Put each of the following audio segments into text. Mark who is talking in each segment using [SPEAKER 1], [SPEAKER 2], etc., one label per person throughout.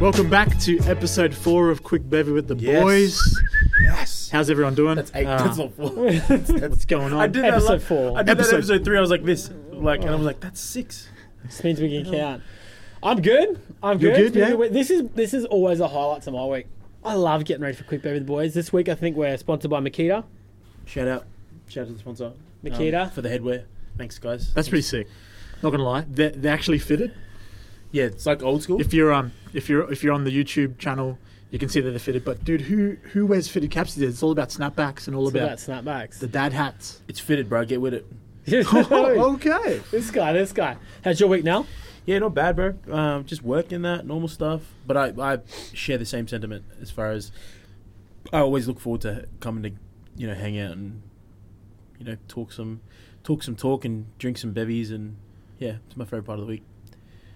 [SPEAKER 1] Welcome back to episode four of Quick Bevy with the
[SPEAKER 2] Yes.
[SPEAKER 1] Boys.
[SPEAKER 2] Yes.
[SPEAKER 1] How's everyone doing?
[SPEAKER 2] That's eight.
[SPEAKER 1] Uh,
[SPEAKER 2] That's not four. That's-
[SPEAKER 1] what's
[SPEAKER 2] that's-
[SPEAKER 1] going on?
[SPEAKER 2] I did that,
[SPEAKER 3] Episode
[SPEAKER 2] like,
[SPEAKER 3] four.
[SPEAKER 2] I did
[SPEAKER 1] Episode-
[SPEAKER 2] that episode Oh. three. I was like this, like, and I was like, that's six.
[SPEAKER 3] This means we can count. I'm good. I'm
[SPEAKER 1] You're
[SPEAKER 3] good.
[SPEAKER 1] good,
[SPEAKER 3] It's been a
[SPEAKER 1] yeah?
[SPEAKER 3] week. This is this is always a highlight to my week. I love getting ready for Quick Bear with the Boys. This week I think we're sponsored by Makita.
[SPEAKER 2] Shout out, shout out to the sponsor, um,
[SPEAKER 3] Makita.
[SPEAKER 2] for the headwear. Thanks, guys.
[SPEAKER 1] That's pretty sick. Not gonna lie, they they actually fitted.
[SPEAKER 2] Yeah, it's like old school.
[SPEAKER 1] If you're um if you're if you're on the YouTube channel, you can see that they're fitted. But dude, who who wears fitted caps these days? It's all about snapbacks and all
[SPEAKER 3] It's
[SPEAKER 1] about
[SPEAKER 3] about snapbacks.
[SPEAKER 1] the Oh, dad hats.
[SPEAKER 2] it's fitted, bro. Get with it. Oh,
[SPEAKER 1] okay.
[SPEAKER 3] this guy, this guy. How's your week now?
[SPEAKER 2] Yeah, not bad, bro. Um, just working that normal stuff. But I, I share the same sentiment as far as I always look forward to coming to you know hang out and you know talk some talk some talk and drink some bevies and yeah, it's my favorite part of the week.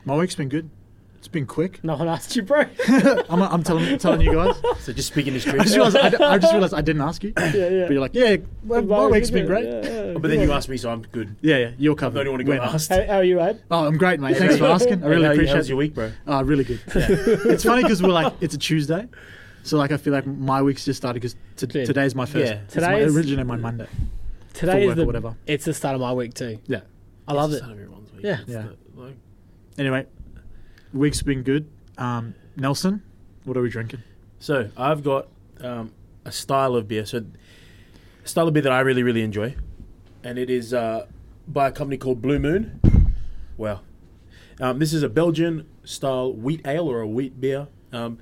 [SPEAKER 1] My week's been good. It's been quick.
[SPEAKER 3] No one asked you, bro.
[SPEAKER 1] I'm, I'm telling telling you guys.
[SPEAKER 2] So just speaking this
[SPEAKER 1] I just
[SPEAKER 2] truth.
[SPEAKER 1] realized I, d- I just realized I didn't ask you.
[SPEAKER 3] yeah, yeah.
[SPEAKER 1] But you're like, yeah, my, my week's been great. Yeah,
[SPEAKER 2] But then you asked me, so I'm good.
[SPEAKER 1] yeah, you're
[SPEAKER 2] I
[SPEAKER 1] covered.
[SPEAKER 2] don't want to get
[SPEAKER 1] When-
[SPEAKER 2] asked.
[SPEAKER 3] How, how are you, Ed?
[SPEAKER 1] Oh, I'm great, mate. Thanks for asking. I
[SPEAKER 2] Hey,
[SPEAKER 1] really
[SPEAKER 2] how-
[SPEAKER 1] appreciate
[SPEAKER 2] how's
[SPEAKER 1] it.
[SPEAKER 2] your week, bro.
[SPEAKER 1] Oh, really good. it's funny because we're like, it's a Tuesday. So, like, I feel like my week's just started because t-
[SPEAKER 3] Dude.
[SPEAKER 1] today's my first.
[SPEAKER 2] Yeah.
[SPEAKER 1] It's my,
[SPEAKER 3] Today's-
[SPEAKER 1] it originated my Monday.
[SPEAKER 3] Today
[SPEAKER 1] For
[SPEAKER 3] is
[SPEAKER 1] work or
[SPEAKER 3] the
[SPEAKER 1] whatever.
[SPEAKER 3] It's the start of my week too.
[SPEAKER 1] Yeah.
[SPEAKER 3] I love it.
[SPEAKER 2] It's the start of everyone's week.
[SPEAKER 3] Yeah.
[SPEAKER 2] It's
[SPEAKER 1] Yeah.
[SPEAKER 2] the- like-
[SPEAKER 1] Anyway, week's been good. Um, Nelson, what are we drinking?
[SPEAKER 2] So I've got um, a style of beer. So a style of beer that I really, really enjoy, and it is uh, by a company called Blue Moon. Wow, um, this is a Belgian style wheat ale or a wheat beer. Um,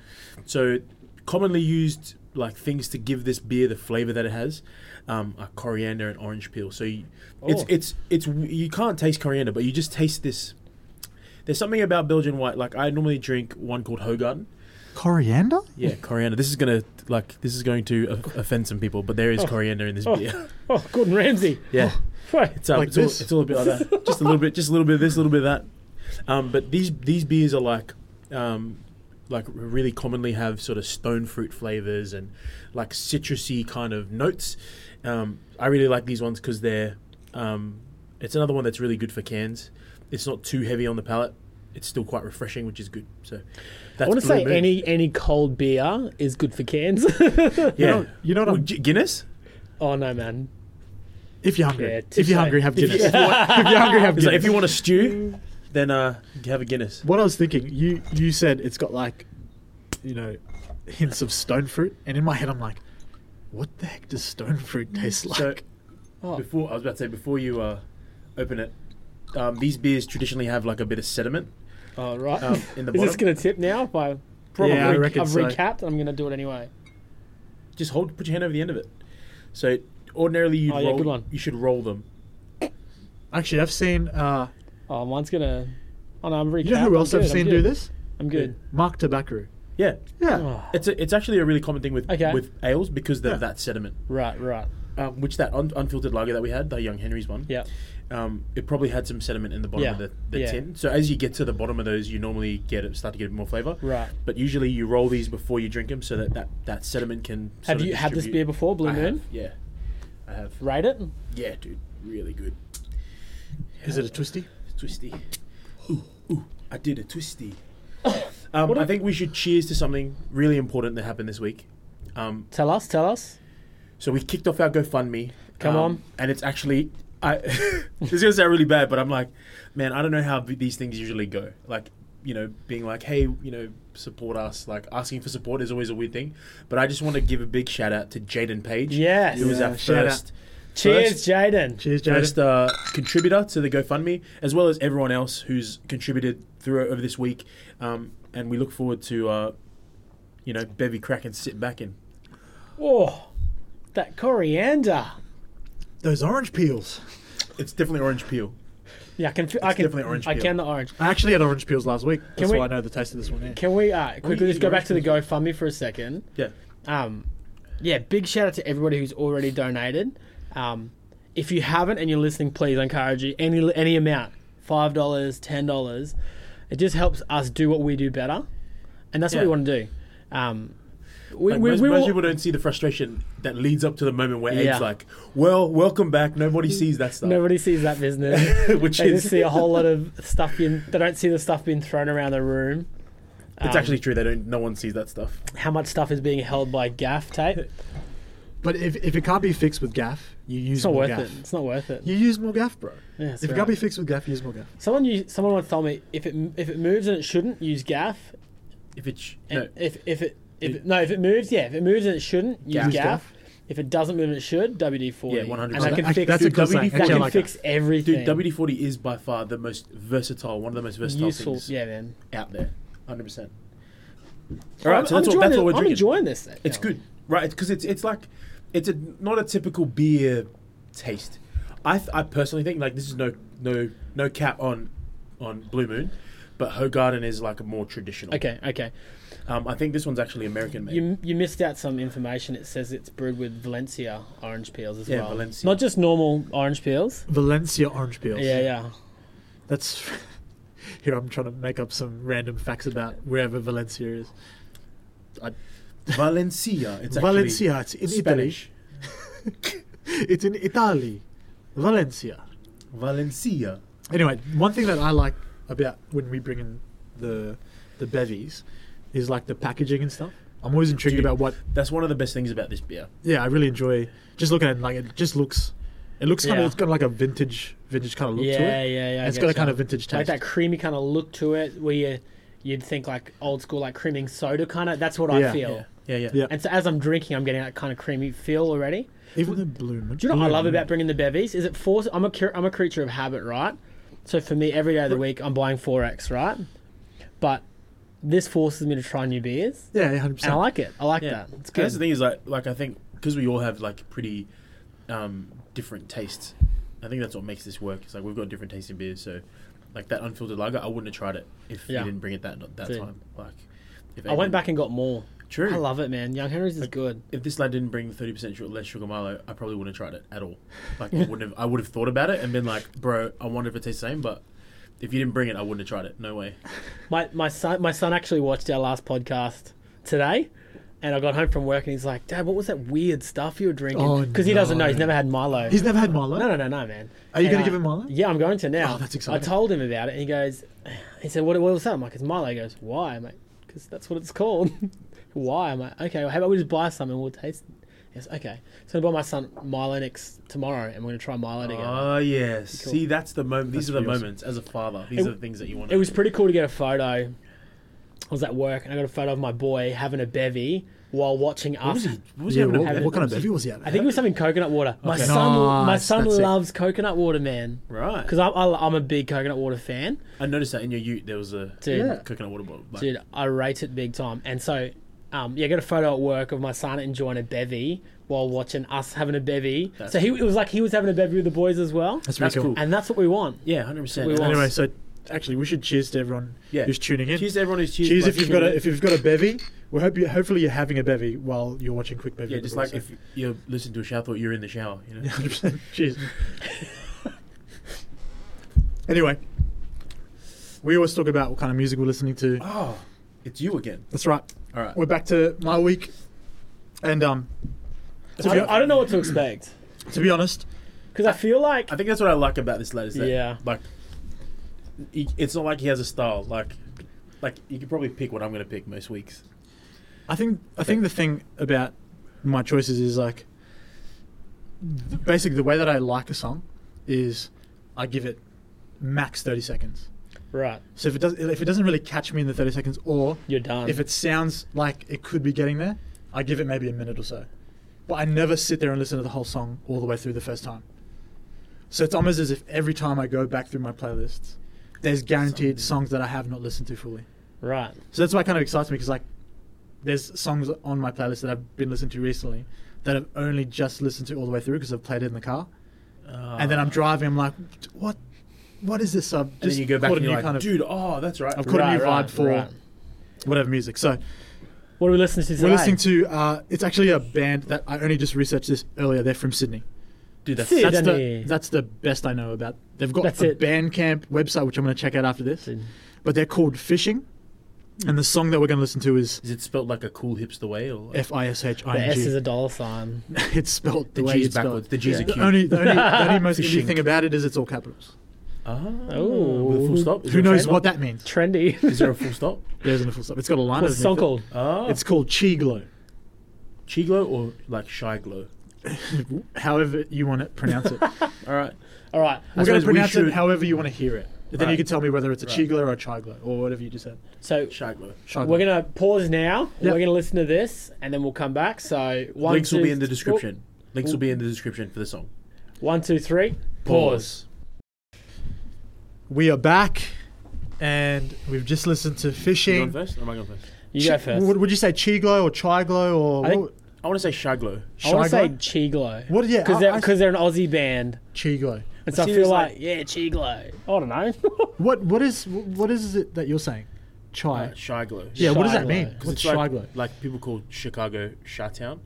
[SPEAKER 2] so commonly used like things to give this beer the flavor that it has um, are coriander and orange peel. So you, it's
[SPEAKER 3] Oh.
[SPEAKER 2] it's it's you can't taste coriander, but you just taste this. There's something about Belgian white. Like I normally drink one called Hogarden.
[SPEAKER 1] Coriander?
[SPEAKER 2] Yeah, coriander. This is gonna like this is going to o- offend some people, but there is coriander in this
[SPEAKER 3] Oh.
[SPEAKER 2] beer.
[SPEAKER 3] Oh, Gordon Ramsay.
[SPEAKER 2] Yeah,
[SPEAKER 3] Bro,
[SPEAKER 2] it's, um,
[SPEAKER 1] Like
[SPEAKER 2] it's, all,
[SPEAKER 1] this?
[SPEAKER 2] it's all a bit like that. Just a little bit, just a little bit of this, a little bit of that. Um, but these these beers are like, um, like really commonly have sort of stone fruit flavors and like citrusy kind of notes. Um, I really like these ones because they're. Um, it's another one that's really good for cans. It's not too heavy on the palate. It's still quite refreshing, which is good. So, that's
[SPEAKER 3] I want to
[SPEAKER 2] Blue
[SPEAKER 3] say
[SPEAKER 2] Moon.
[SPEAKER 3] any any cold beer is good for cans.
[SPEAKER 2] Yeah,
[SPEAKER 1] You know, you know what
[SPEAKER 2] Well,
[SPEAKER 1] I'm-
[SPEAKER 2] Gu- Guinness.
[SPEAKER 3] oh no, man.
[SPEAKER 1] If you're hungry.
[SPEAKER 3] Yeah,
[SPEAKER 1] if you're
[SPEAKER 3] touche.
[SPEAKER 1] hungry, have Guinness. if you're hungry, have
[SPEAKER 2] It's
[SPEAKER 1] Guinness.
[SPEAKER 2] like, if you want a stew, then uh, have a Guinness.
[SPEAKER 1] what I was thinking, you, you said it's got like, you know, hints of stone fruit. And in my head, I'm like, what the heck does stone fruit taste like?
[SPEAKER 2] So
[SPEAKER 3] Oh.
[SPEAKER 2] before I was about to say before you uh, open it, um, these beers traditionally have like a bit of sediment.
[SPEAKER 3] Oh right.
[SPEAKER 2] Um, in the
[SPEAKER 3] is this
[SPEAKER 2] bottom?
[SPEAKER 3] gonna tip now? If I
[SPEAKER 1] Probably. Yeah, I
[SPEAKER 3] I've
[SPEAKER 1] reckon
[SPEAKER 3] I've
[SPEAKER 1] so.
[SPEAKER 3] recapped. and I'm gonna do it anyway.
[SPEAKER 2] Just hold, put your hand over the end of it. So ordinarily you
[SPEAKER 3] Oh, yeah,
[SPEAKER 2] roll,
[SPEAKER 3] good one.
[SPEAKER 2] you should roll them.
[SPEAKER 1] Actually, I've seen. Uh,
[SPEAKER 3] Oh, mine's gonna. Oh no, I'm recapped.
[SPEAKER 1] you know who else
[SPEAKER 3] I'm
[SPEAKER 1] I've
[SPEAKER 3] good, I'm
[SPEAKER 1] seen do
[SPEAKER 3] good.
[SPEAKER 1] this?
[SPEAKER 3] I'm good.
[SPEAKER 1] Mark Tobacco.
[SPEAKER 2] Yeah,
[SPEAKER 1] Yeah.
[SPEAKER 3] Oh,
[SPEAKER 2] it's a, it's actually a really common thing with
[SPEAKER 3] Okay.
[SPEAKER 2] with ales because of
[SPEAKER 1] Yeah.
[SPEAKER 2] that sediment.
[SPEAKER 3] right, right.
[SPEAKER 2] Um, which that un- unfiltered lager that we had, the Young Henry's one,
[SPEAKER 3] Yeah.
[SPEAKER 2] um, it probably had some sediment in the bottom
[SPEAKER 3] Yeah.
[SPEAKER 2] of the, the
[SPEAKER 3] Yeah.
[SPEAKER 2] tin. So as you get to the bottom of those, you normally get it, start to get a bit more flavour.
[SPEAKER 3] Right.
[SPEAKER 2] But usually you roll these before you drink them so that that, that sediment can.
[SPEAKER 3] Have
[SPEAKER 2] sort of
[SPEAKER 3] you had this
[SPEAKER 2] distribute.
[SPEAKER 3] beer before, Blue
[SPEAKER 2] I
[SPEAKER 3] Moon?
[SPEAKER 2] have, yeah, I have.
[SPEAKER 3] Rate it.
[SPEAKER 2] Yeah, dude, really good.
[SPEAKER 1] Is it a twisty?
[SPEAKER 2] It's twisty. Ooh, ooh, I did a twisty. um,
[SPEAKER 3] Oh. What
[SPEAKER 2] I
[SPEAKER 3] if-
[SPEAKER 2] think we should cheers to something really important that happened this week. Um,
[SPEAKER 3] Tell us, tell us.
[SPEAKER 2] so we kicked off our GoFundMe.
[SPEAKER 3] Come
[SPEAKER 2] um,
[SPEAKER 3] on.
[SPEAKER 2] And it's actually, I this is gonna sound really bad, but I'm like, man, I don't know how th- these things usually go. Like, you know, being like, hey, you know, support us. Like asking for support is always a weird thing. But I just want to give a big shout out to Jaden Page.
[SPEAKER 3] Yes.
[SPEAKER 2] who was
[SPEAKER 1] Yeah,
[SPEAKER 2] our
[SPEAKER 1] shout out.
[SPEAKER 2] first.
[SPEAKER 3] Cheers, Jaden.
[SPEAKER 1] Cheers,
[SPEAKER 2] first uh, contributor to the GoFundMe, as well as everyone else who's contributed through over this week. Um, and we look forward to, uh, you know, Bevy Crack and sit back in.
[SPEAKER 3] Oh, that coriander.
[SPEAKER 1] Those orange peels.
[SPEAKER 2] It's definitely orange peel.
[SPEAKER 3] Yeah, I can. It's I can.
[SPEAKER 2] definitely orange
[SPEAKER 3] I
[SPEAKER 2] peel.
[SPEAKER 3] can the orange.
[SPEAKER 1] I actually had orange peels last week. That's
[SPEAKER 3] we-
[SPEAKER 1] why I know the taste of this one. Yeah.
[SPEAKER 3] Can we uh, quickly
[SPEAKER 2] you
[SPEAKER 3] just go
[SPEAKER 2] eat
[SPEAKER 3] back to the GoFundMe for a second?
[SPEAKER 2] Yeah.
[SPEAKER 3] Um, yeah, big shout out to everybody who's already donated. Um, if you haven't and you're listening, please I encourage you any any amount five dollars, ten dollars. It just helps us do what we do better, and that's what
[SPEAKER 2] Yeah.
[SPEAKER 3] we want to do. Um, we,
[SPEAKER 2] Like,
[SPEAKER 3] we,
[SPEAKER 2] most,
[SPEAKER 3] we
[SPEAKER 2] most
[SPEAKER 3] will-
[SPEAKER 2] people don't see the frustration that leads up to the moment where
[SPEAKER 3] Yeah.
[SPEAKER 2] Ed's like, well, welcome back. Nobody sees that stuff.
[SPEAKER 3] nobody sees that business.
[SPEAKER 2] Which
[SPEAKER 3] they
[SPEAKER 2] is
[SPEAKER 3] just see a whole lot of stuff being. They don't see the stuff being thrown around the room.
[SPEAKER 2] It's
[SPEAKER 3] Um,
[SPEAKER 2] actually true. They don't. No one sees that stuff.
[SPEAKER 3] how much stuff is being held by gaff tape.
[SPEAKER 1] But if, if it can't be fixed with gaff, you use
[SPEAKER 3] It's not
[SPEAKER 1] more
[SPEAKER 3] worth
[SPEAKER 1] gaff.
[SPEAKER 3] it. It's not worth it.
[SPEAKER 1] You use more gaff, bro.
[SPEAKER 3] Yeah, that's
[SPEAKER 1] if it
[SPEAKER 3] right.
[SPEAKER 1] can't be fixed with gaff, use more gaff.
[SPEAKER 3] Someone used, someone once told me if it if it moves and it shouldn't use gaff.
[SPEAKER 2] If it's
[SPEAKER 3] And
[SPEAKER 2] no,
[SPEAKER 3] if if it if it, no if it moves yeah if it moves and it shouldn't use
[SPEAKER 1] Use
[SPEAKER 3] gaff.
[SPEAKER 1] gaff.
[SPEAKER 3] If it doesn't move and it should WD forty.
[SPEAKER 2] Yeah, 100%.
[SPEAKER 3] And I
[SPEAKER 2] Oh,
[SPEAKER 3] can
[SPEAKER 1] that-
[SPEAKER 3] fix
[SPEAKER 1] that's a
[SPEAKER 2] Dude,
[SPEAKER 1] good sign.
[SPEAKER 2] WD-40
[SPEAKER 3] I
[SPEAKER 1] Actually, I
[SPEAKER 3] can
[SPEAKER 1] like
[SPEAKER 3] fix
[SPEAKER 1] that.
[SPEAKER 3] everything.
[SPEAKER 2] dude, WD forty is by far the most versatile, one of the most versatile
[SPEAKER 3] useful.
[SPEAKER 2] things
[SPEAKER 3] Yeah, man.
[SPEAKER 2] out there. Hundred percent. All right, so that's
[SPEAKER 3] I'm
[SPEAKER 2] what, that's
[SPEAKER 3] enjoying
[SPEAKER 2] what we're
[SPEAKER 3] it. I'm
[SPEAKER 2] drinking.
[SPEAKER 3] enjoying this.
[SPEAKER 2] It's
[SPEAKER 3] now.
[SPEAKER 2] good, right? Because it's it's like it's a not a typical beer taste. I th- I personally think like this is no no no cap on on Blue Moon, but Hogarden is like a more traditional.
[SPEAKER 3] Okay, okay.
[SPEAKER 2] Um, I think this one's actually American made.
[SPEAKER 3] You you missed out some information. It says it's brewed with Valencia orange peels as
[SPEAKER 2] Yeah,
[SPEAKER 3] well.
[SPEAKER 2] Valencia.
[SPEAKER 3] Not just normal orange peels.
[SPEAKER 1] Valencia orange peels.
[SPEAKER 3] Yeah, yeah.
[SPEAKER 1] That's here. I'm trying to make up some random facts about wherever Valencia is.
[SPEAKER 2] Valencia. It's actually
[SPEAKER 1] Valencia. It's in
[SPEAKER 2] Spanish.
[SPEAKER 1] Italy. It's in Italy. Valencia.
[SPEAKER 2] Valencia.
[SPEAKER 1] Anyway, one thing that I like about when we bring in the the bevies is like the packaging and stuff. I'm always intrigued
[SPEAKER 2] Dude.
[SPEAKER 1] about what.
[SPEAKER 2] That's one of the best things about this beer.
[SPEAKER 1] Yeah, I really enjoy just looking at it, like it just looks. It looks kind
[SPEAKER 3] Yeah.
[SPEAKER 1] of it's got like a vintage vintage kind of look
[SPEAKER 3] yeah,
[SPEAKER 1] to
[SPEAKER 3] yeah,
[SPEAKER 1] it.
[SPEAKER 3] yeah,
[SPEAKER 1] And
[SPEAKER 3] I
[SPEAKER 1] it's got a
[SPEAKER 3] getcha.
[SPEAKER 1] kind of vintage
[SPEAKER 3] like
[SPEAKER 1] taste.
[SPEAKER 3] that creamy kind of look to it, where you you'd think like old school, like creaming soda kind of. That's what I
[SPEAKER 1] Yeah.
[SPEAKER 3] feel.
[SPEAKER 2] Yeah, yeah.
[SPEAKER 1] Yeah.
[SPEAKER 3] And so as I'm drinking, I'm getting that kind of creamy feel already.
[SPEAKER 1] Even the blue. Moon-
[SPEAKER 3] Do you know what I
[SPEAKER 1] Blue
[SPEAKER 3] love
[SPEAKER 1] Moon.
[SPEAKER 3] about bringing the bevies? Is it force? I'm a cur- I'm a creature of habit, right? So for me, every day of the week, I'm buying four X, right? But this forces me to try new beers,
[SPEAKER 1] Yeah, hundred
[SPEAKER 3] and I
[SPEAKER 1] percent.
[SPEAKER 3] like it. I like
[SPEAKER 2] Yeah.
[SPEAKER 3] that.
[SPEAKER 2] That's
[SPEAKER 3] It's
[SPEAKER 2] the
[SPEAKER 3] good.
[SPEAKER 2] thing is like like I think because we all have like pretty um, different tastes. I think that's what makes this work. It's like we've got different tastes in beers, so like that unfiltered lager, I wouldn't have tried it if
[SPEAKER 3] Yeah.
[SPEAKER 2] you didn't bring it that that
[SPEAKER 3] Dude.
[SPEAKER 2] time. Like, if
[SPEAKER 3] I went
[SPEAKER 2] Aiden-
[SPEAKER 3] back and got more.
[SPEAKER 2] True.
[SPEAKER 3] I love it, man. Young Henry's is good.
[SPEAKER 2] If this lad didn't bring the thirty percent less sugar Milo, I probably wouldn't have tried it at all. Like, I wouldn't have. I would have thought about it and been like, bro, I wonder if it tastes the same. But if you didn't bring it, I wouldn't have tried it. No way.
[SPEAKER 3] My my son my son actually watched our last podcast today, and I got home from work and he's like, "Dad, what was that weird stuff you were drinking?"
[SPEAKER 1] Oh,
[SPEAKER 3] Because he doesn't know. He's
[SPEAKER 1] no.
[SPEAKER 3] never had Milo.
[SPEAKER 1] He's never had Milo.
[SPEAKER 3] no, no, no, no, man.
[SPEAKER 1] Are you
[SPEAKER 3] And,
[SPEAKER 1] going
[SPEAKER 3] uh,
[SPEAKER 1] to give him Milo?
[SPEAKER 3] Yeah, I'm going to now.
[SPEAKER 1] Oh, that's
[SPEAKER 3] I
[SPEAKER 1] exciting.
[SPEAKER 3] told him about it, and he goes, he said, "What, what was that?" I'm like, "It's Milo." He goes, "Why?" I'm like, "Because that's what it's called." Why? I'm like, "Okay, well, how about we just buy some and we'll taste." it?" He goes, "Okay." So I buy my son Milo next tomorrow, and we're gonna try Milo together.
[SPEAKER 2] Oh yes.
[SPEAKER 3] Cool.
[SPEAKER 2] See, that's the moment.
[SPEAKER 1] That's
[SPEAKER 2] These are the
[SPEAKER 1] pretty awesome.
[SPEAKER 2] moments as a father. These
[SPEAKER 3] It-
[SPEAKER 2] are the things that you want.
[SPEAKER 3] It was pretty cool to get a photo. I was at work and I got a photo of my boy having a bevy while watching
[SPEAKER 2] What
[SPEAKER 3] us.
[SPEAKER 2] was he? What was
[SPEAKER 1] yeah,
[SPEAKER 2] he having
[SPEAKER 1] what,
[SPEAKER 2] a bevy?
[SPEAKER 1] what kind of
[SPEAKER 2] was he-
[SPEAKER 1] bevy was he at?
[SPEAKER 3] I think it was something coconut water. My
[SPEAKER 2] Okay.
[SPEAKER 3] son, my
[SPEAKER 1] Nice,
[SPEAKER 3] son
[SPEAKER 1] that's it.
[SPEAKER 3] loves coconut water, man.
[SPEAKER 2] Right.
[SPEAKER 3] Because I'm, I'm a big coconut water fan,
[SPEAKER 2] I noticed that in your ute there was a
[SPEAKER 3] Dude. Yeah.
[SPEAKER 2] coconut water bottle. Like,
[SPEAKER 3] dude. I rate it big time. And so, um, yeah, I got a photo at work of my son enjoying a bevy while watching us having a bevy.
[SPEAKER 2] That's
[SPEAKER 3] so he, it was like he was having a bevy with the boys as well,
[SPEAKER 1] That's really
[SPEAKER 2] that's
[SPEAKER 1] cool.
[SPEAKER 2] cool.
[SPEAKER 3] and that's what we want.
[SPEAKER 2] Yeah, hundred percent.
[SPEAKER 3] We want-
[SPEAKER 1] Anyway, so actually, we should cheers to everyone
[SPEAKER 2] Yeah.
[SPEAKER 1] who's tuning in.
[SPEAKER 2] Cheers to everyone who's cheers.
[SPEAKER 1] Cheers
[SPEAKER 2] like,
[SPEAKER 1] if you've got a
[SPEAKER 2] tuning
[SPEAKER 1] if you've got a bevy. We hope you hopefully you're having a bevy while you're watching Quick
[SPEAKER 2] in.
[SPEAKER 1] Bevy.
[SPEAKER 2] yeah, just like if you listen to a shower thought you're in the shower. You know.
[SPEAKER 1] 100%. Cheers. anyway, we always talk about what kind of music we're listening to.
[SPEAKER 2] Oh, it's you again.
[SPEAKER 1] That's right.
[SPEAKER 2] All right.
[SPEAKER 1] We're back to my week, and um, to
[SPEAKER 3] I
[SPEAKER 1] be,
[SPEAKER 3] don't, I don't know what to expect
[SPEAKER 1] to be honest,
[SPEAKER 3] because I feel like
[SPEAKER 2] I think that's what I like about this lad is that
[SPEAKER 3] Yeah.
[SPEAKER 2] like he, it's not like he has a style like. Like you could probably pick what I'm gonna pick most weeks.
[SPEAKER 1] I think I think the thing about my choices is like th- basically the way that I like a song is I give it max thirty seconds.
[SPEAKER 3] right,
[SPEAKER 1] So if it does if it doesn't really catch me in the thirty seconds, or
[SPEAKER 3] you're done.
[SPEAKER 1] if it sounds like it could be getting there, I give it maybe a minute or so. But I never sit there and listen to the whole song all the way through the first time. So it's almost as if every time I go back through my playlists, there's guaranteed songs that I have not listened to fully.
[SPEAKER 3] right,
[SPEAKER 1] So that's why it kind of excites me because like there's songs on my playlist that I've been listening to recently that I've only just listened to all the way through because I've played it in the car.
[SPEAKER 2] Uh,
[SPEAKER 1] and then I'm driving, I'm like, what? What is this? I've
[SPEAKER 2] and
[SPEAKER 1] just
[SPEAKER 2] then you go back
[SPEAKER 1] caught
[SPEAKER 2] and
[SPEAKER 1] a
[SPEAKER 2] you're
[SPEAKER 1] new
[SPEAKER 2] like,
[SPEAKER 1] kind of
[SPEAKER 2] dude, oh, that's right.
[SPEAKER 1] I've caught a new
[SPEAKER 3] Right, right,
[SPEAKER 1] vibe for
[SPEAKER 3] right.
[SPEAKER 1] whatever music. So
[SPEAKER 3] What are we listening to today?
[SPEAKER 1] we're listening to. Uh, it's actually a band that I only just researched this earlier. They're from Sydney.
[SPEAKER 2] Dude, that's
[SPEAKER 3] Sid.
[SPEAKER 1] That's the,
[SPEAKER 3] Sydney.
[SPEAKER 1] that's the best I know about. They've got
[SPEAKER 3] That's
[SPEAKER 1] a
[SPEAKER 3] it.
[SPEAKER 1] Bandcamp website which I'm going to check out after this.
[SPEAKER 3] Sydney.
[SPEAKER 1] But they're called Fishing, and the song that we're going to listen to is
[SPEAKER 2] Is it spelled like a cool hipster way or like
[SPEAKER 1] F I S H I
[SPEAKER 3] The
[SPEAKER 1] N
[SPEAKER 3] S
[SPEAKER 1] G.
[SPEAKER 3] is a dollar sign.
[SPEAKER 1] it's spelled the,
[SPEAKER 2] the
[SPEAKER 1] way
[SPEAKER 2] G's
[SPEAKER 1] it's spelled.
[SPEAKER 2] backwards? The G's are
[SPEAKER 1] The
[SPEAKER 2] cute.
[SPEAKER 1] only, the only, the only most interesting
[SPEAKER 2] Fishing.
[SPEAKER 1] thing about it is it's all capitals.
[SPEAKER 2] Ah,
[SPEAKER 3] Oh.
[SPEAKER 2] with a full stop. Is
[SPEAKER 1] Who
[SPEAKER 2] there a
[SPEAKER 1] knows
[SPEAKER 2] full
[SPEAKER 1] what
[SPEAKER 2] stop?
[SPEAKER 1] that means?
[SPEAKER 3] Trendy.
[SPEAKER 2] Is there a full stop?
[SPEAKER 1] There isn't a full stop. It's got a line.
[SPEAKER 3] What's the song
[SPEAKER 1] underneath it.
[SPEAKER 3] called?
[SPEAKER 2] Ah,
[SPEAKER 1] It's called Chi Glow.
[SPEAKER 2] chi glow or like shy glow.
[SPEAKER 1] However you want to pronounce it.
[SPEAKER 2] All right.
[SPEAKER 3] All right.
[SPEAKER 1] We're going
[SPEAKER 2] suppose
[SPEAKER 1] to
[SPEAKER 2] we
[SPEAKER 1] pronounce
[SPEAKER 2] should-
[SPEAKER 1] it however you want to hear it. Then you
[SPEAKER 2] Right.
[SPEAKER 1] can tell me whether it's a
[SPEAKER 2] Right.
[SPEAKER 1] Chi Glow or a Chai Glow or whatever you just said.
[SPEAKER 3] So
[SPEAKER 2] Shy glow.
[SPEAKER 1] Chai
[SPEAKER 3] we're
[SPEAKER 1] Glow.
[SPEAKER 3] gonna pause now.
[SPEAKER 1] Yep.
[SPEAKER 3] We're gonna listen to this, and then we'll come back. So one,
[SPEAKER 2] Links will
[SPEAKER 3] two,
[SPEAKER 2] be in the
[SPEAKER 3] th-
[SPEAKER 2] description. Links will be in the description for the song.
[SPEAKER 3] oh, One, two, three. Pause.
[SPEAKER 1] We are back, and we've just listened to
[SPEAKER 2] You going
[SPEAKER 1] Fishing.
[SPEAKER 2] first? Or am I going first?
[SPEAKER 3] You go
[SPEAKER 1] Chi-
[SPEAKER 3] first.
[SPEAKER 1] Would, would you say Chi Glow or Chai Glow or
[SPEAKER 3] I think-
[SPEAKER 1] what,
[SPEAKER 2] I want to say shy glow.
[SPEAKER 3] I want to say
[SPEAKER 1] Glow?
[SPEAKER 3] Chi Glow.
[SPEAKER 1] What- yeah,
[SPEAKER 3] Because
[SPEAKER 1] I-
[SPEAKER 3] they're
[SPEAKER 1] I-
[SPEAKER 3] because they're an Aussie band,
[SPEAKER 1] Chi Glow?
[SPEAKER 3] and so I
[SPEAKER 2] See,
[SPEAKER 3] feel
[SPEAKER 2] it's
[SPEAKER 3] like,
[SPEAKER 2] like-
[SPEAKER 3] yeah, Chi Glow. I don't know.
[SPEAKER 1] What what is what is it that you're saying? Chai.
[SPEAKER 2] Uh, shy glow.
[SPEAKER 1] yeah. What does
[SPEAKER 3] Chi
[SPEAKER 1] that
[SPEAKER 3] Glow.
[SPEAKER 1] mean?
[SPEAKER 2] 'Cause
[SPEAKER 1] What's
[SPEAKER 2] it's like,
[SPEAKER 1] Chai Glow?
[SPEAKER 2] Like people call Chicago Chi Town,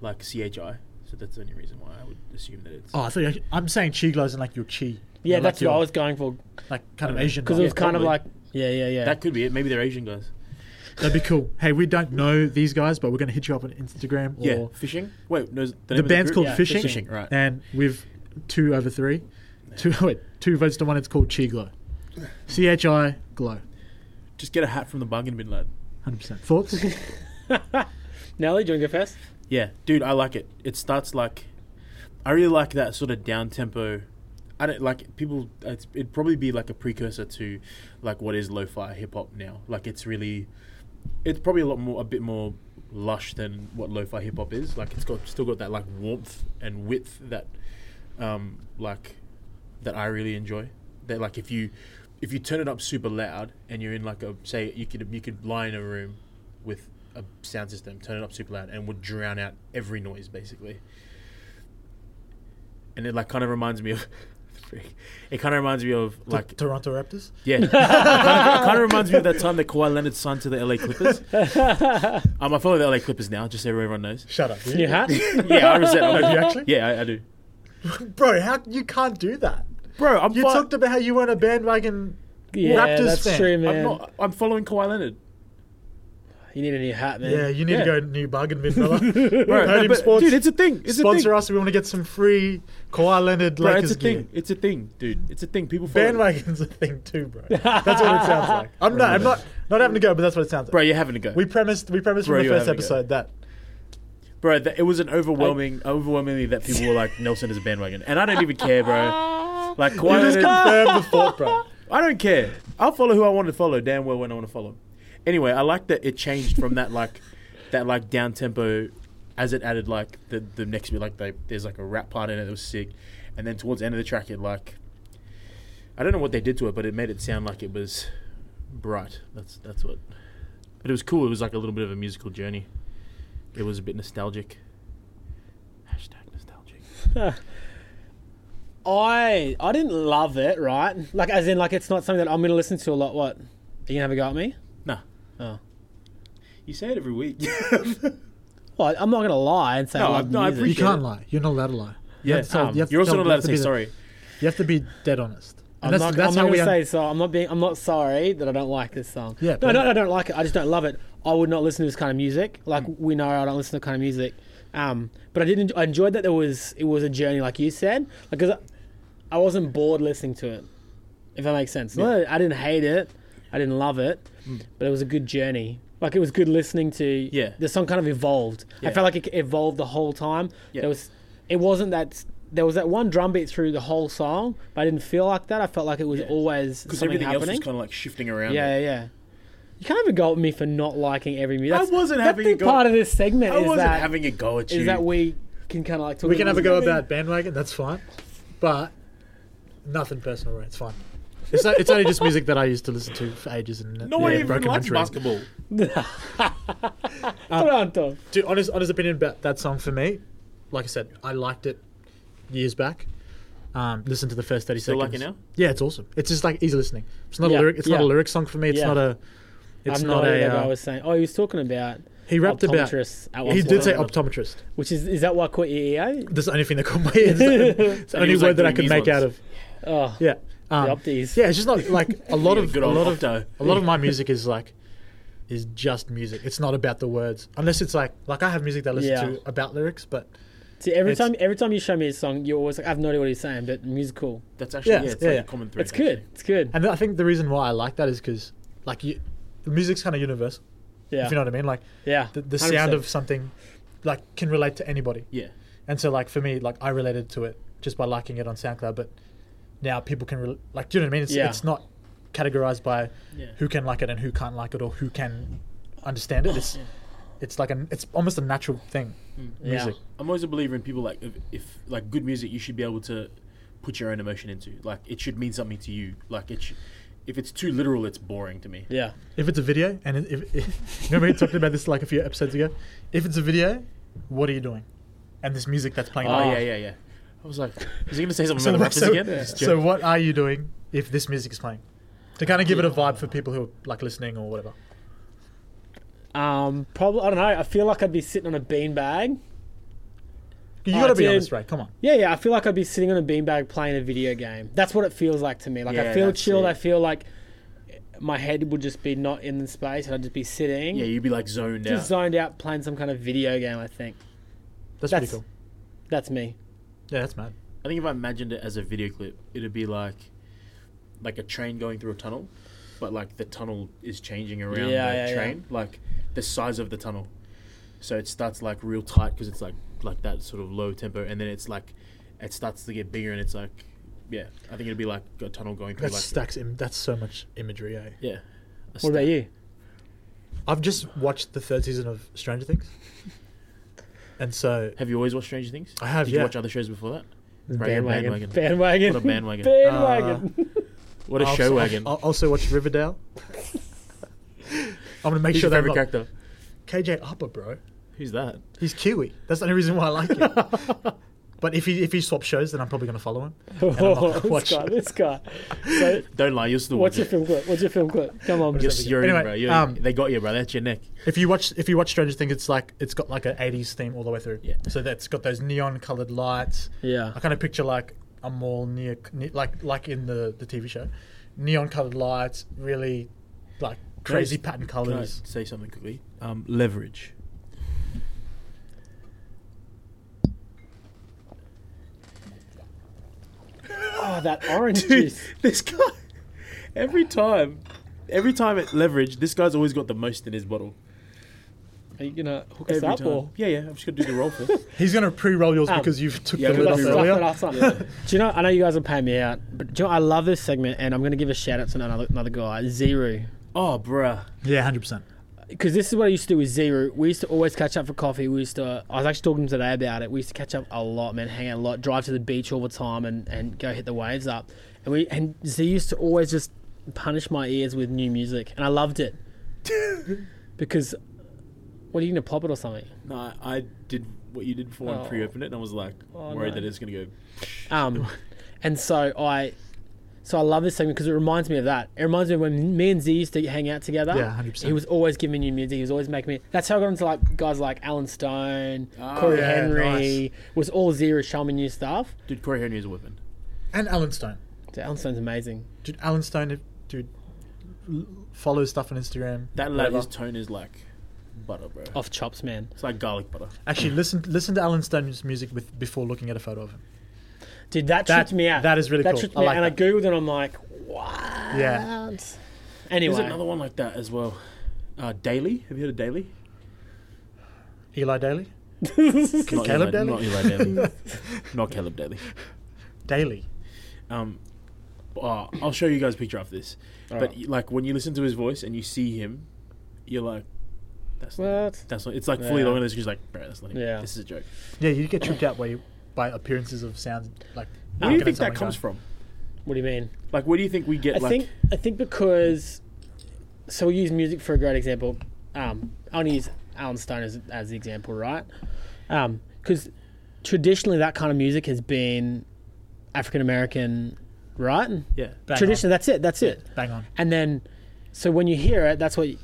[SPEAKER 2] like C H I. So that's the only reason why I would assume that it's.
[SPEAKER 1] Oh, I think I'm saying Chi Glow isn't like your Chi.
[SPEAKER 3] yeah,
[SPEAKER 1] like Oh,
[SPEAKER 3] that's
[SPEAKER 1] your,
[SPEAKER 3] what I was going for.
[SPEAKER 1] like kind of Asian.
[SPEAKER 3] Because it
[SPEAKER 1] vibe.
[SPEAKER 3] was kind of
[SPEAKER 2] probably.
[SPEAKER 3] like, yeah, yeah, yeah.
[SPEAKER 2] That could be it. Maybe they're Asian guys.
[SPEAKER 1] That'd be cool. Hey, we don't know these guys, but we're going to hit you up on Instagram. Or
[SPEAKER 2] Yeah, fishing. Wait, no. is The, name
[SPEAKER 1] The
[SPEAKER 2] of
[SPEAKER 1] band's
[SPEAKER 2] group?
[SPEAKER 1] called
[SPEAKER 3] Yeah,
[SPEAKER 1] Fishing.
[SPEAKER 2] Fishing, right.
[SPEAKER 1] And we've two over three. Two, wait, two votes to one. It's called Chi Glow. C H I Glow.
[SPEAKER 2] Just get a hat from the bargain bin, lad.
[SPEAKER 1] 100%. Thoughts?
[SPEAKER 3] Nelly, do you want to go first?
[SPEAKER 2] Yeah, dude, I like it. It starts like, I really like that sort of down tempo. I don't like people. It's, it'd probably be like a precursor to, like what is lo-fi hip hop now. Like it's really, it's probably a lot more, a bit more lush than what lo-fi hip hop is. Like it's got still got that like warmth and width that, um, like, that I really enjoy. That like if you, if you turn it up super loud and you're in like a say you could you could lie in a room with a sound system, turn it up super loud, and would drown out every noise basically. And it like kind of reminds me of, freak. it kind of reminds me of like
[SPEAKER 1] Toronto Raptors?
[SPEAKER 2] yeah, it kind, of, reminds me of that time that Kawhi Leonard signed to the LA Clippers. um, I follow the LA Clippers now, just so everyone knows.
[SPEAKER 1] Shut up.
[SPEAKER 3] New hat.
[SPEAKER 2] Yeah, I resent.
[SPEAKER 1] Oh, do you
[SPEAKER 2] i
[SPEAKER 1] actually?
[SPEAKER 2] yeah, I, I do.
[SPEAKER 1] Bro, how you can't do that.
[SPEAKER 2] Bro, I'm
[SPEAKER 1] You
[SPEAKER 2] fi-
[SPEAKER 1] talked about how you weren't a bandwagon.
[SPEAKER 3] Yeah,
[SPEAKER 1] Raptors
[SPEAKER 3] that's
[SPEAKER 1] fan.
[SPEAKER 3] true,
[SPEAKER 2] I'm
[SPEAKER 3] man.
[SPEAKER 2] not. I'm following Kawhi Leonard.
[SPEAKER 3] You need a new hat, man.
[SPEAKER 1] Yeah, you need
[SPEAKER 2] Yeah.
[SPEAKER 1] to go new bargain bin, brother.
[SPEAKER 2] Bro,
[SPEAKER 1] Podium
[SPEAKER 2] but-
[SPEAKER 1] Sports
[SPEAKER 2] dude, it's a thing. It's a thing.
[SPEAKER 1] Sponsor us. We want to get some free Kawhi Leonard
[SPEAKER 2] Bro,
[SPEAKER 1] Lakers
[SPEAKER 2] it's a
[SPEAKER 1] gear.
[SPEAKER 2] thing. It's a thing, dude. It's a thing. People follow.
[SPEAKER 1] Bandwagon's a thing too, bro. That's what it sounds like. I'm not. I'm not. Not having to go, but that's what it sounds like.
[SPEAKER 2] Bro, you're having a go.
[SPEAKER 1] We premised. We premised
[SPEAKER 2] Bro,
[SPEAKER 1] from the
[SPEAKER 2] you're
[SPEAKER 1] first
[SPEAKER 2] having a go.
[SPEAKER 1] episode that
[SPEAKER 2] bro, that, it was an overwhelming, overwhelmingly that people were like Nelson is a bandwagon, and I don't even care, bro. Like
[SPEAKER 1] you
[SPEAKER 2] Kawhi
[SPEAKER 1] just
[SPEAKER 2] Leonard,
[SPEAKER 1] confirmed the thought, bro.
[SPEAKER 2] I don't care. I'll follow who I want to follow. Damn well when I want to follow. Anyway, I like that it changed from that like, that like down tempo, as it added like the the next bit like they, there's like a rap part in it that was sick, and then towards the end of the track it like, I don't know what they did to it, but it made it sound like it was bright. That's that's what. But it was cool. It was like a little bit of a musical journey. It was a bit nostalgic. Hashtag nostalgic.
[SPEAKER 3] I I didn't love it, right? Like, as in, like, it's not something that I'm going to listen to a lot. What? Are you going to have a go at me?
[SPEAKER 2] Nah.
[SPEAKER 3] Oh.
[SPEAKER 2] You say it every week.
[SPEAKER 3] Well, I'm not going to lie and say I
[SPEAKER 2] No,
[SPEAKER 3] love
[SPEAKER 2] no, I
[SPEAKER 3] music.
[SPEAKER 1] You
[SPEAKER 2] appreciate- Appreciate
[SPEAKER 1] can't
[SPEAKER 2] it.
[SPEAKER 1] lie. You're not allowed to lie.
[SPEAKER 2] yeah.
[SPEAKER 1] That's all-
[SPEAKER 3] um,
[SPEAKER 1] you have to
[SPEAKER 2] You're also
[SPEAKER 1] tell-
[SPEAKER 2] not
[SPEAKER 1] you
[SPEAKER 2] allowed
[SPEAKER 1] have
[SPEAKER 2] to
[SPEAKER 1] be
[SPEAKER 2] say
[SPEAKER 1] the-
[SPEAKER 2] sorry.
[SPEAKER 1] You have to be dead honest.
[SPEAKER 3] I'm
[SPEAKER 1] And that's
[SPEAKER 3] not,
[SPEAKER 1] that's
[SPEAKER 3] I'm
[SPEAKER 1] how
[SPEAKER 3] not
[SPEAKER 1] we.
[SPEAKER 3] gonna say
[SPEAKER 1] un-
[SPEAKER 3] so. I'm not being. I'm not sorry that I don't like this song.
[SPEAKER 1] Yeah,
[SPEAKER 3] No,
[SPEAKER 1] but-
[SPEAKER 3] no, no, I don't like it. I just don't love it. I would not listen to this kind of music. Like
[SPEAKER 1] Mm.
[SPEAKER 3] we know, I don't listen to that kind of music. Um, but I didn't. I enjoyed that there was. It was a journey, like you said. Like, 'cause I, I wasn't bored listening to it. If that makes sense. No, I didn't hate it. I didn't love it,
[SPEAKER 1] Mm.
[SPEAKER 3] but it was a good journey. Like it was good listening to.
[SPEAKER 2] Yeah.
[SPEAKER 3] The song kind of evolved. I
[SPEAKER 2] Yeah.
[SPEAKER 3] felt like it evolved the whole time.
[SPEAKER 2] Yeah.
[SPEAKER 3] There was. It wasn't that. There was that one drum beat through the whole song, but I didn't feel like that. I felt like it was
[SPEAKER 2] Yeah.
[SPEAKER 3] always
[SPEAKER 2] Because
[SPEAKER 3] something
[SPEAKER 2] everything else
[SPEAKER 3] happening.
[SPEAKER 2] was kind of like shifting around.
[SPEAKER 3] yeah, yeah, yeah. You can't have a go at me for not liking every music.
[SPEAKER 2] I
[SPEAKER 3] That's,
[SPEAKER 2] wasn't
[SPEAKER 3] that's
[SPEAKER 2] having
[SPEAKER 3] the
[SPEAKER 2] a go-
[SPEAKER 3] part of this segment
[SPEAKER 2] I
[SPEAKER 3] is
[SPEAKER 2] wasn't
[SPEAKER 3] that
[SPEAKER 2] having a go at you.
[SPEAKER 3] is that we can kind of like talk.
[SPEAKER 1] We can have a go
[SPEAKER 3] about it.
[SPEAKER 1] about bandwagon. That's fine, but nothing personal. Right? It's fine. It's, not, it's only just music that I used to listen to for ages and
[SPEAKER 2] no one
[SPEAKER 1] yeah,
[SPEAKER 2] even
[SPEAKER 1] broken my
[SPEAKER 2] likes
[SPEAKER 1] dreams.
[SPEAKER 2] basketball.
[SPEAKER 3] Toronto.
[SPEAKER 1] Dude, honest, honest opinion about that song for me. Like I said, I liked it years back. Um, listen to the first thirty
[SPEAKER 2] Still like
[SPEAKER 1] seconds.
[SPEAKER 2] it now?
[SPEAKER 1] Yeah, it's awesome. It's just like easy listening. It's not
[SPEAKER 3] Yeah,
[SPEAKER 1] a lyric. It's not a
[SPEAKER 3] yeah.
[SPEAKER 1] lyric song for me. It's
[SPEAKER 3] Yeah.
[SPEAKER 1] not a. It's
[SPEAKER 3] I've
[SPEAKER 1] not
[SPEAKER 3] no idea
[SPEAKER 1] a.
[SPEAKER 3] what I
[SPEAKER 1] uh,
[SPEAKER 3] was saying. Oh, he was talking about
[SPEAKER 1] he rapped about.
[SPEAKER 3] optometrists at one
[SPEAKER 1] He
[SPEAKER 3] point,
[SPEAKER 1] did say optometrist.
[SPEAKER 3] which is is that what E caught your EA?
[SPEAKER 1] That's the only thing that caught my ear. It's the- It's the
[SPEAKER 2] And
[SPEAKER 1] only
[SPEAKER 2] he was,
[SPEAKER 1] word
[SPEAKER 2] like,
[SPEAKER 1] that I
[SPEAKER 2] doing
[SPEAKER 1] could
[SPEAKER 2] these
[SPEAKER 1] make out
[SPEAKER 2] ones.
[SPEAKER 1] of.
[SPEAKER 3] Oh,
[SPEAKER 1] Yeah. Um,
[SPEAKER 3] the opties.
[SPEAKER 1] Yeah, it's just not like a lot
[SPEAKER 2] Yeah,
[SPEAKER 1] of
[SPEAKER 2] good
[SPEAKER 1] a
[SPEAKER 2] old
[SPEAKER 1] lot of
[SPEAKER 2] opto.
[SPEAKER 1] a lot of my music is like is just music. It's not about the words, unless it's like like I have music that I listen
[SPEAKER 3] Yeah.
[SPEAKER 1] to about lyrics, but
[SPEAKER 3] See, every
[SPEAKER 2] It's-
[SPEAKER 3] time every time you show me a song, you're always like, I have no idea what he's saying, but musical.
[SPEAKER 2] That's actually
[SPEAKER 1] Yeah,
[SPEAKER 2] yeah, it's
[SPEAKER 1] yeah,
[SPEAKER 2] like
[SPEAKER 1] yeah.
[SPEAKER 2] a common thread.
[SPEAKER 3] It's good. It's good.
[SPEAKER 1] And I think the reason why I like that is because, like, you, the music's kind of universal.
[SPEAKER 3] Yeah.
[SPEAKER 1] If you know what I mean, like
[SPEAKER 3] yeah.
[SPEAKER 1] the, the sound
[SPEAKER 3] 100%.
[SPEAKER 1] of something, like, can relate to anybody.
[SPEAKER 2] Yeah.
[SPEAKER 1] And so, like for me, like I related to it just by liking it on SoundCloud. But now people can rel like, do you know what I mean? It's
[SPEAKER 3] Yeah.
[SPEAKER 1] it's not categorized by
[SPEAKER 3] Yeah.
[SPEAKER 1] who can like it and who can't like it or who can understand it. It's it's like an it's almost a natural thing.
[SPEAKER 2] Hmm.
[SPEAKER 3] Yeah.
[SPEAKER 1] Music.
[SPEAKER 2] I'm always a believer in people like if, if like good music, you should be able to put your own emotion into. Like it should mean something to you. Like it, sh- if it's too literal, it's boring to me.
[SPEAKER 3] Yeah.
[SPEAKER 1] If it's a video, and if, if, remember we talked about this like a few episodes ago, if it's a video, what are you doing? And this music that's playing.
[SPEAKER 2] Oh
[SPEAKER 1] now.
[SPEAKER 2] yeah, yeah, yeah. I was like, is he gonna say something
[SPEAKER 1] So,
[SPEAKER 2] about the rappers
[SPEAKER 1] so,
[SPEAKER 2] again? Just
[SPEAKER 1] so
[SPEAKER 2] joking.
[SPEAKER 1] what are you doing if this music is playing? To kind of give it a vibe for people who are like listening or whatever.
[SPEAKER 3] Um, probably I don't know. I feel like I'd be sitting on a beanbag.
[SPEAKER 1] You
[SPEAKER 3] Oh,
[SPEAKER 1] gotta be
[SPEAKER 3] dude.
[SPEAKER 1] honest, Ray. Come on.
[SPEAKER 3] Yeah, yeah. I feel like I'd be sitting on a beanbag playing a video game. That's what it feels like to me. Like I
[SPEAKER 2] Yeah,
[SPEAKER 3] feel
[SPEAKER 2] that's
[SPEAKER 3] chilled.
[SPEAKER 2] it.
[SPEAKER 3] I feel like my head would just be not in the space, and I'd just be sitting,
[SPEAKER 2] yeah, you'd be like zoned
[SPEAKER 3] just
[SPEAKER 2] out.
[SPEAKER 3] zoned out, playing some kind of video game. I think
[SPEAKER 1] That's,
[SPEAKER 3] That's-
[SPEAKER 1] pretty cool.
[SPEAKER 3] that's me.
[SPEAKER 1] Yeah, that's mad.
[SPEAKER 2] I think if I imagined it as a video clip, it'd be like, like a train going through a tunnel, but like the tunnel is changing around
[SPEAKER 3] Yeah,
[SPEAKER 2] the
[SPEAKER 3] yeah, yeah.
[SPEAKER 2] train, like the size of the tunnel. So it starts like real tight because it's like like that sort of low tempo, and then it's like, it starts to get bigger, and it's like, yeah, I think it'd be like a tunnel going through
[SPEAKER 1] That
[SPEAKER 2] like
[SPEAKER 1] stacks. Im- that's so much imagery. Eh?
[SPEAKER 2] yeah. a
[SPEAKER 3] What about
[SPEAKER 2] stack.
[SPEAKER 3] you?
[SPEAKER 1] I've just watched the third season of Stranger Things, and so
[SPEAKER 2] Have you always watched Stranger Things?
[SPEAKER 1] I have.
[SPEAKER 2] Did
[SPEAKER 1] yeah,
[SPEAKER 2] you watch other shows before that? Right, bandwagon.
[SPEAKER 3] Bandwagon. Bandwagon.
[SPEAKER 2] What a bandwagon.
[SPEAKER 3] Bandwagon.
[SPEAKER 2] What a
[SPEAKER 1] I also-
[SPEAKER 2] show wagon!
[SPEAKER 1] I also watched Riverdale. I'm gonna make
[SPEAKER 2] Who's
[SPEAKER 1] sure
[SPEAKER 2] your
[SPEAKER 1] that
[SPEAKER 2] favorite
[SPEAKER 1] I'm not-
[SPEAKER 2] character?
[SPEAKER 1] KJ Upper, bro.
[SPEAKER 2] Who's that?
[SPEAKER 1] He's Kiwi. That's the only reason why I like him. but if he if he swaps shows, then I'm probably gonna follow him.
[SPEAKER 2] Ah,
[SPEAKER 1] And I'm not
[SPEAKER 3] Oh,
[SPEAKER 1] gonna
[SPEAKER 3] this
[SPEAKER 1] watch.
[SPEAKER 3] guy. This guy. So,
[SPEAKER 2] Don't lie, you're still.
[SPEAKER 3] what's your
[SPEAKER 2] with it.
[SPEAKER 3] film clip? What's your film clip? Come on.
[SPEAKER 2] You're,
[SPEAKER 1] that video?
[SPEAKER 2] you're in,
[SPEAKER 1] Anyway,
[SPEAKER 2] bro. You're,
[SPEAKER 1] um,
[SPEAKER 2] they got you, bro. That's your neck.
[SPEAKER 1] If you watch if you watch Stranger Things, it's like it's got like an 80s theme all the way through.
[SPEAKER 2] Yeah.
[SPEAKER 1] So that's got those neon colored lights.
[SPEAKER 3] Yeah.
[SPEAKER 1] I kind of picture like a mall near, ne like like in the the TV show, neon colored lights, really like crazy
[SPEAKER 2] Nice.
[SPEAKER 1] pattern
[SPEAKER 2] Can I
[SPEAKER 1] colors.
[SPEAKER 2] say something quickly? Um, leverage.
[SPEAKER 3] Oh, that orange
[SPEAKER 2] Dude,
[SPEAKER 3] juice.
[SPEAKER 2] this guy. Every time, every time at leverage, this guy's always got the most in his bottle.
[SPEAKER 3] Are you gonna hook us
[SPEAKER 2] Every
[SPEAKER 3] up
[SPEAKER 2] time.
[SPEAKER 3] or?
[SPEAKER 2] Yeah, yeah. I'm just gonna do the roll first.
[SPEAKER 1] He's gonna pre-roll yours
[SPEAKER 3] Um,
[SPEAKER 1] because you've took
[SPEAKER 2] yeah,
[SPEAKER 1] the
[SPEAKER 2] we've
[SPEAKER 1] lid
[SPEAKER 2] got
[SPEAKER 1] off
[SPEAKER 2] to
[SPEAKER 3] Stuff
[SPEAKER 2] roll.
[SPEAKER 1] earlier.
[SPEAKER 3] that I signed. Do you know? I know you guys will pay me out, but do you know, I love this segment, and I'm going to give a shout out to another another guy, Zero,
[SPEAKER 2] oh, bruh.
[SPEAKER 1] Yeah, hundred percent.
[SPEAKER 3] because this is what I used to do with Zero. We used to always catch up for coffee. We used to. I was actually talking to him today about it. We used to catch up a lot, man, hang out a lot, drive to the beach all the time, and, and go hit the waves up. And we and Z used to always just punish my ears with new music, and I loved it because. What are you gonna pop it or something?
[SPEAKER 2] No, I did what you did before
[SPEAKER 3] Oh.
[SPEAKER 2] and pre-opened it, and I was like
[SPEAKER 3] Oh,
[SPEAKER 2] worried
[SPEAKER 3] no.
[SPEAKER 2] that it's gonna go.
[SPEAKER 3] Um, and so I, so I love this segment because it reminds me of that. It reminds me of when me and Z used to hang out together.
[SPEAKER 1] Yeah, 100%.
[SPEAKER 3] He was always giving me new music. He was always making me. That's how I got into like guys like Alan Stone,
[SPEAKER 2] Ah,
[SPEAKER 3] Corey
[SPEAKER 1] yeah,
[SPEAKER 3] Henry. Was all zero showing me new stuff.
[SPEAKER 2] Dude, Corey Henry is a weapon.
[SPEAKER 1] And Alan Stone,
[SPEAKER 3] Dude, Alan Stone's amazing.
[SPEAKER 1] dude. Alan Stone, if- dude, l- follows stuff on Instagram.
[SPEAKER 2] That lad,
[SPEAKER 1] whatever.
[SPEAKER 2] his tone is like butter, bro.
[SPEAKER 3] Off chops, man.
[SPEAKER 2] It's like garlic butter.
[SPEAKER 1] Actually, listen listen to Alan Stone's music with before looking at a photo of him.
[SPEAKER 3] Dude, that,
[SPEAKER 1] That-
[SPEAKER 3] tripped me out.
[SPEAKER 1] that is really
[SPEAKER 3] that
[SPEAKER 1] cool.
[SPEAKER 3] Tripped me
[SPEAKER 1] I like
[SPEAKER 3] out.
[SPEAKER 1] that.
[SPEAKER 3] And I googled and I'm like, what?
[SPEAKER 1] Yeah.
[SPEAKER 3] Anyway,
[SPEAKER 2] There's another one like that as well. Uh, Daily. Have you heard of Daily?
[SPEAKER 1] Eli Daly.
[SPEAKER 2] Not
[SPEAKER 1] Caleb
[SPEAKER 2] Eli,
[SPEAKER 1] Daly?
[SPEAKER 2] Not Eli Daly. not Caleb Daly.
[SPEAKER 1] Daly.
[SPEAKER 2] Um, uh, I'll show you guys a picture after this. but
[SPEAKER 3] Alright.
[SPEAKER 2] y like when you listen to his voice and you see him, you're like, that's not.
[SPEAKER 3] What?
[SPEAKER 2] That's not. It's like fully
[SPEAKER 3] Yeah.
[SPEAKER 2] long and it's just like, bro, that's not. Him.
[SPEAKER 3] Yeah.
[SPEAKER 2] This is a joke.
[SPEAKER 1] Yeah, you get tripped out by by appearances of sound like.
[SPEAKER 2] Where
[SPEAKER 1] looking
[SPEAKER 2] do you
[SPEAKER 1] at
[SPEAKER 2] think that
[SPEAKER 1] someone
[SPEAKER 2] comes
[SPEAKER 1] going,
[SPEAKER 2] from?
[SPEAKER 3] what do you mean?
[SPEAKER 2] Like, where do you think we get
[SPEAKER 3] I
[SPEAKER 2] like?
[SPEAKER 3] think I think because so we use music for a great example. Um, I want to use Alan Stone as as the example, right? Because traditionally that kind of music has been African American, right?
[SPEAKER 2] yeah.
[SPEAKER 1] Bang
[SPEAKER 3] Traditionally, that's it. That's it.
[SPEAKER 1] on, bang on.
[SPEAKER 3] And then, so when you hear it, that's what. You,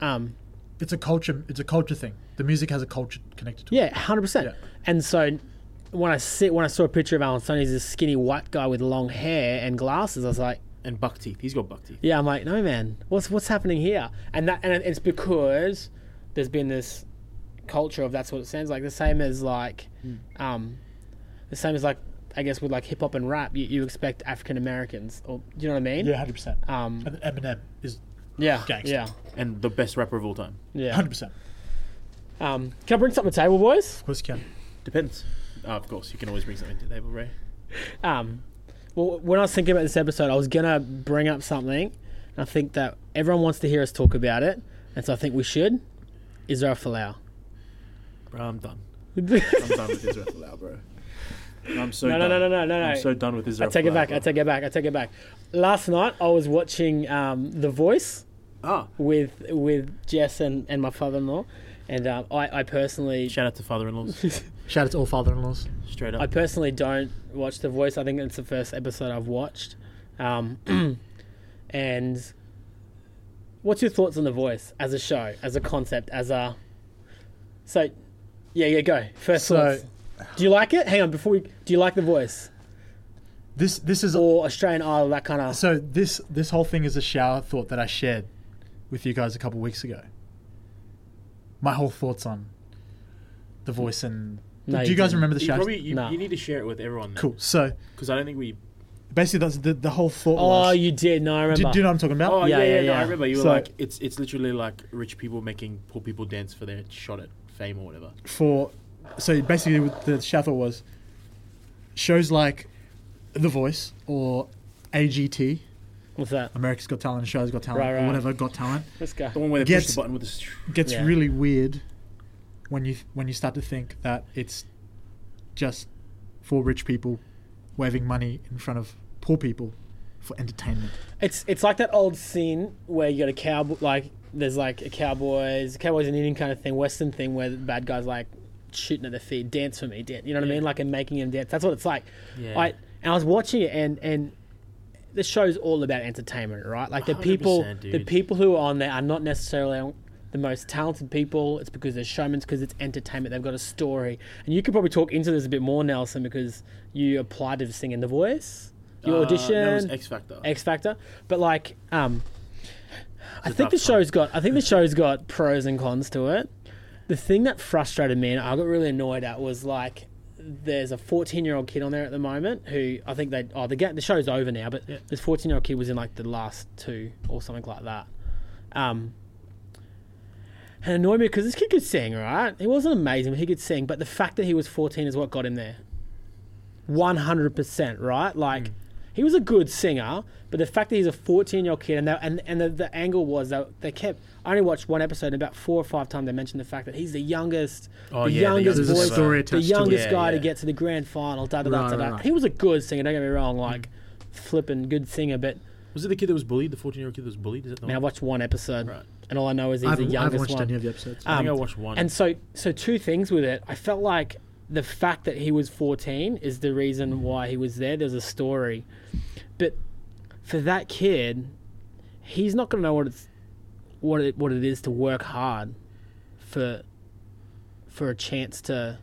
[SPEAKER 3] um,
[SPEAKER 1] It's a culture. It's a culture thing. The music has a culture connected to it.
[SPEAKER 3] yeah, hundred percent.
[SPEAKER 1] Yeah.
[SPEAKER 3] And so. When I see, when I saw a picture of Alan Stone, he's this skinny white guy with long hair and glasses. I was like,
[SPEAKER 2] And buck teeth. He's got buck teeth.
[SPEAKER 3] Yeah, I'm like, no, man, what's what's happening here? And that, and it's because there's been this culture of that's what it sounds like. The same as like,
[SPEAKER 1] Hmm.
[SPEAKER 3] um, the same as like I guess with like hip hop and rap, you, you expect African Americans or do you know what I mean?
[SPEAKER 1] Yeah, hundred percent.
[SPEAKER 3] Um,
[SPEAKER 1] And Eminem is
[SPEAKER 3] yeah.
[SPEAKER 1] Gangsta.
[SPEAKER 3] Yeah.
[SPEAKER 2] and the best rapper of all time.
[SPEAKER 3] Yeah.
[SPEAKER 1] hundred percent.
[SPEAKER 3] Um, can I bring something to the table, boys?
[SPEAKER 1] Of course, you can.
[SPEAKER 2] Depends. Uh, of course, you can always bring something to the table, Ray.
[SPEAKER 3] Um, well, when I was thinking about this episode, I was gonna bring up something. And I think that everyone wants to hear us talk about it, and so I think we should. Israel Folau.
[SPEAKER 2] Bro, I'm done.
[SPEAKER 3] no,
[SPEAKER 2] I'm done with Israel Folau, bro. I'm so
[SPEAKER 3] no, no,
[SPEAKER 2] done.
[SPEAKER 3] no, no, no, no.
[SPEAKER 2] I'm so done with Israel.
[SPEAKER 3] I take it
[SPEAKER 2] Folau,
[SPEAKER 3] back.
[SPEAKER 2] bro.
[SPEAKER 3] I take it back. I take it back. Last night I was watching um, The Voice
[SPEAKER 2] Ah,
[SPEAKER 3] with with Jess and, and my father-in-law, and um, I, I personally
[SPEAKER 2] shout out to father-in-laws.
[SPEAKER 1] Shout out to all father-in-laws.
[SPEAKER 2] Straight
[SPEAKER 3] I
[SPEAKER 2] up.
[SPEAKER 3] personally don't watch The Voice. I think it's the first episode I've watched. Um, and what's your thoughts on The Voice as a show, as a concept, as a so? Yeah, yeah, go first.
[SPEAKER 1] So-
[SPEAKER 3] thoughts. do you like it? Hang on, before we do you like The Voice
[SPEAKER 1] This this is all.
[SPEAKER 3] or Australian Idol that kind of?
[SPEAKER 1] So this this whole thing is a shower thought that I shared with you guys a couple weeks ago. My whole thoughts on the voice and
[SPEAKER 3] No,
[SPEAKER 1] do
[SPEAKER 3] you
[SPEAKER 1] you guys
[SPEAKER 3] didn't.
[SPEAKER 1] remember the
[SPEAKER 2] You
[SPEAKER 1] shower?
[SPEAKER 2] probably you,
[SPEAKER 3] Nah.
[SPEAKER 2] you need to share it with everyone.
[SPEAKER 1] cool. So
[SPEAKER 2] Because I don't think we.
[SPEAKER 1] basically, that's the the whole thought.
[SPEAKER 3] Oh,
[SPEAKER 1] was,
[SPEAKER 3] you did. No, I
[SPEAKER 1] do,
[SPEAKER 3] remember.
[SPEAKER 1] do you know what I'm talking about?
[SPEAKER 2] Oh yeah,
[SPEAKER 3] Yeah,
[SPEAKER 2] yeah,
[SPEAKER 3] yeah,
[SPEAKER 2] no, I
[SPEAKER 3] yeah.
[SPEAKER 2] remember. You were
[SPEAKER 1] So-
[SPEAKER 2] like, it's it's literally like rich people making poor people dance for their shot at fame or whatever.
[SPEAKER 1] for so basically what the shout thought was shows like The Voice or AGT,
[SPEAKER 3] What's that?
[SPEAKER 1] America's Got Talent, Australia's Got Talent,
[SPEAKER 3] Right,
[SPEAKER 1] or
[SPEAKER 3] right.
[SPEAKER 1] whatever Got Talent,
[SPEAKER 3] Let's go.
[SPEAKER 2] The one where they push
[SPEAKER 1] Gets-
[SPEAKER 2] the button with the. s-
[SPEAKER 1] gets
[SPEAKER 3] Yeah.
[SPEAKER 1] really weird when you when you start to think that it's just for rich people waving money in front of poor people for entertainment.
[SPEAKER 3] It's it's like that old scene where you got a cowboy, like there's like a cowboys, cowboys and Indian kind of thing, Western thing where the bad guys like shooting at their feet, dance for me, dance. You know what I mean? Like and making them dance. That's what it's like.
[SPEAKER 2] Yeah.
[SPEAKER 3] I and I was watching it and and the show's all about entertainment, right? Like the people,
[SPEAKER 2] Oh, 100%,
[SPEAKER 3] the
[SPEAKER 2] dude.
[SPEAKER 3] people who are on there are not necessarily the most talented people. It's because they're showmen. It's because it's entertainment. They've got a story, and you could probably talk into this a bit more, Nelson, because you applied to sing in The Voice. Your
[SPEAKER 2] Uh,
[SPEAKER 3] audition.
[SPEAKER 2] No, it was X Factor.
[SPEAKER 3] X Factor. But like, um, I
[SPEAKER 2] a tough
[SPEAKER 3] think the
[SPEAKER 2] time.
[SPEAKER 3] show's got I think the show's got pros and cons to it. The thing that frustrated me and I got really annoyed at was like there's a 14 year old kid on there at the moment who I think they oh the ga- the show's over now but this 14 year old kid was in like the last two or something like that. Um, and it annoyed me because this kid could sing, right? He wasn't amazing, but he could sing. But the fact that he was 14 is what got him there. 100%, right? Like, he was a good singer, but the fact that he's a 14 year old kid, and, that, and, and the, the angle was that they kept. I only watched one episode, and about four or five times they mentioned the fact that he's the youngest,
[SPEAKER 2] Oh,
[SPEAKER 3] the,
[SPEAKER 2] yeah, the
[SPEAKER 3] youngest
[SPEAKER 2] youngest
[SPEAKER 3] voice,
[SPEAKER 2] as well.
[SPEAKER 3] the youngest
[SPEAKER 2] Yeah,
[SPEAKER 3] guy to
[SPEAKER 2] yeah.
[SPEAKER 3] get to the grand final. Da, da, da,
[SPEAKER 1] Right,
[SPEAKER 3] da, da.
[SPEAKER 1] right, right.
[SPEAKER 3] He was a good singer, don't get me wrong, like, flipping good singer, but
[SPEAKER 2] Was it the kid that was bullied? The 14 year old kid that was bullied? Is that the
[SPEAKER 3] I mean, I
[SPEAKER 2] one?
[SPEAKER 3] watched one episode,
[SPEAKER 2] Right.
[SPEAKER 3] and all I know is he's
[SPEAKER 1] I've,
[SPEAKER 3] the
[SPEAKER 1] I haven't
[SPEAKER 3] youngest
[SPEAKER 1] watched
[SPEAKER 3] one.
[SPEAKER 1] any of the episodes.
[SPEAKER 2] I think
[SPEAKER 3] um,
[SPEAKER 2] I watched one.
[SPEAKER 3] And so, so two things with it. I felt like the fact that he was 14 is the reason why he was there. There's a story, but for that kid, he's not going to know what it's what it what it is to work hard for for a chance to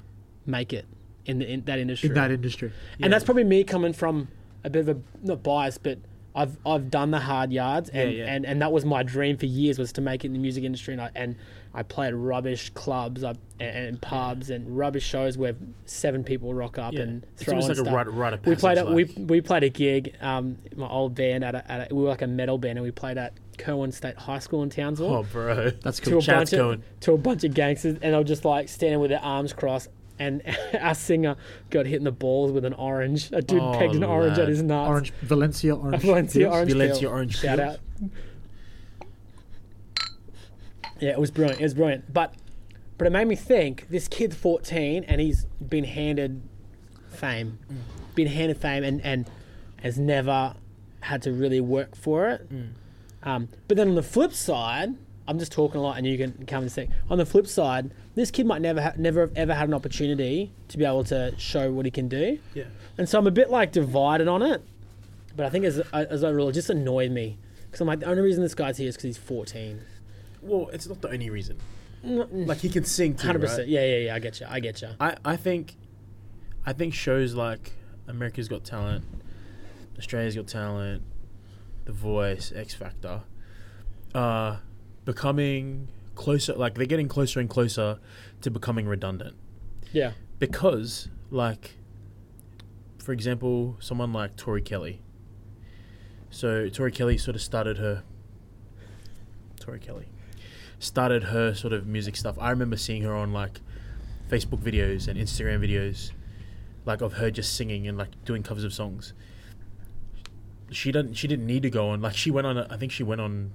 [SPEAKER 3] make it in the in that industry
[SPEAKER 1] in that industry.
[SPEAKER 3] and that's probably me coming from a bit of a not bias, but I've I've done the hard yards, and,
[SPEAKER 2] Yeah, yeah.
[SPEAKER 3] and, and that was my dream for years was to make it in the music industry, and I and I played rubbish clubs I, and, and pubs and rubbish shows where seven people rock up
[SPEAKER 2] Yeah.
[SPEAKER 3] and
[SPEAKER 2] It's
[SPEAKER 3] throw
[SPEAKER 2] almost
[SPEAKER 3] and
[SPEAKER 2] like a rite-
[SPEAKER 3] stuff.
[SPEAKER 2] rite of
[SPEAKER 3] we played
[SPEAKER 2] passage,
[SPEAKER 3] a, we
[SPEAKER 2] like.
[SPEAKER 3] we played a gig, um, my old band at a, at a, we were like a metal band, and we played at Kerwin State High School in Townsville
[SPEAKER 2] Oh, bro.
[SPEAKER 1] That's
[SPEAKER 3] to a
[SPEAKER 1] cool.
[SPEAKER 2] Shout out
[SPEAKER 3] bunch
[SPEAKER 2] to
[SPEAKER 3] of
[SPEAKER 2] Cohen.
[SPEAKER 3] to a bunch of gangsters, and I'm just like standing with their arms crossed. And our singer got hit in the balls with an orange. A dude
[SPEAKER 2] Oh,
[SPEAKER 3] pegged an orange
[SPEAKER 2] lad.
[SPEAKER 3] at his nuts.
[SPEAKER 1] Orange Valencia orange.
[SPEAKER 3] Valencia
[SPEAKER 1] Peels.
[SPEAKER 3] orange.
[SPEAKER 2] Valencia
[SPEAKER 3] peel.
[SPEAKER 2] orange
[SPEAKER 3] Shout
[SPEAKER 2] peels.
[SPEAKER 3] out. Yeah, it was brilliant. It was brilliant. But but it made me think. This kid's 14, and he's been handed fame, been handed fame, and and has never had to really work for it.
[SPEAKER 2] Mm.
[SPEAKER 3] Um, but then on the flip side, I'm just talking a lot, and you can come and see. On the flip side, this kid might never ha- never have ever had an opportunity to be able to show what he can do,
[SPEAKER 2] Yeah.
[SPEAKER 3] and so I'm a bit like divided on it. But I think as as overall, it just annoyed me because I'm like the only reason this guy's here is because he's 14.
[SPEAKER 2] Well, it's not the only reason. Like he can sing too,
[SPEAKER 3] 100.
[SPEAKER 2] right?
[SPEAKER 3] percent Yeah, yeah, yeah. I get you. I get you.
[SPEAKER 2] I, I think I think shows like America's Got Talent, Australia's Got Talent, The Voice, X Factor, uh, becoming closer, like they're getting closer and closer to becoming redundant
[SPEAKER 3] Yeah.
[SPEAKER 2] because, like, for example, someone like Tori Kelly. So Tori Kelly sort of started her. Tori Kelly started her sort of music stuff. I remember seeing her on like Facebook videos and Instagram videos, like of her just singing and like doing covers of songs. She didn't. She didn't need to go on. Like she went on. a- I think she went on.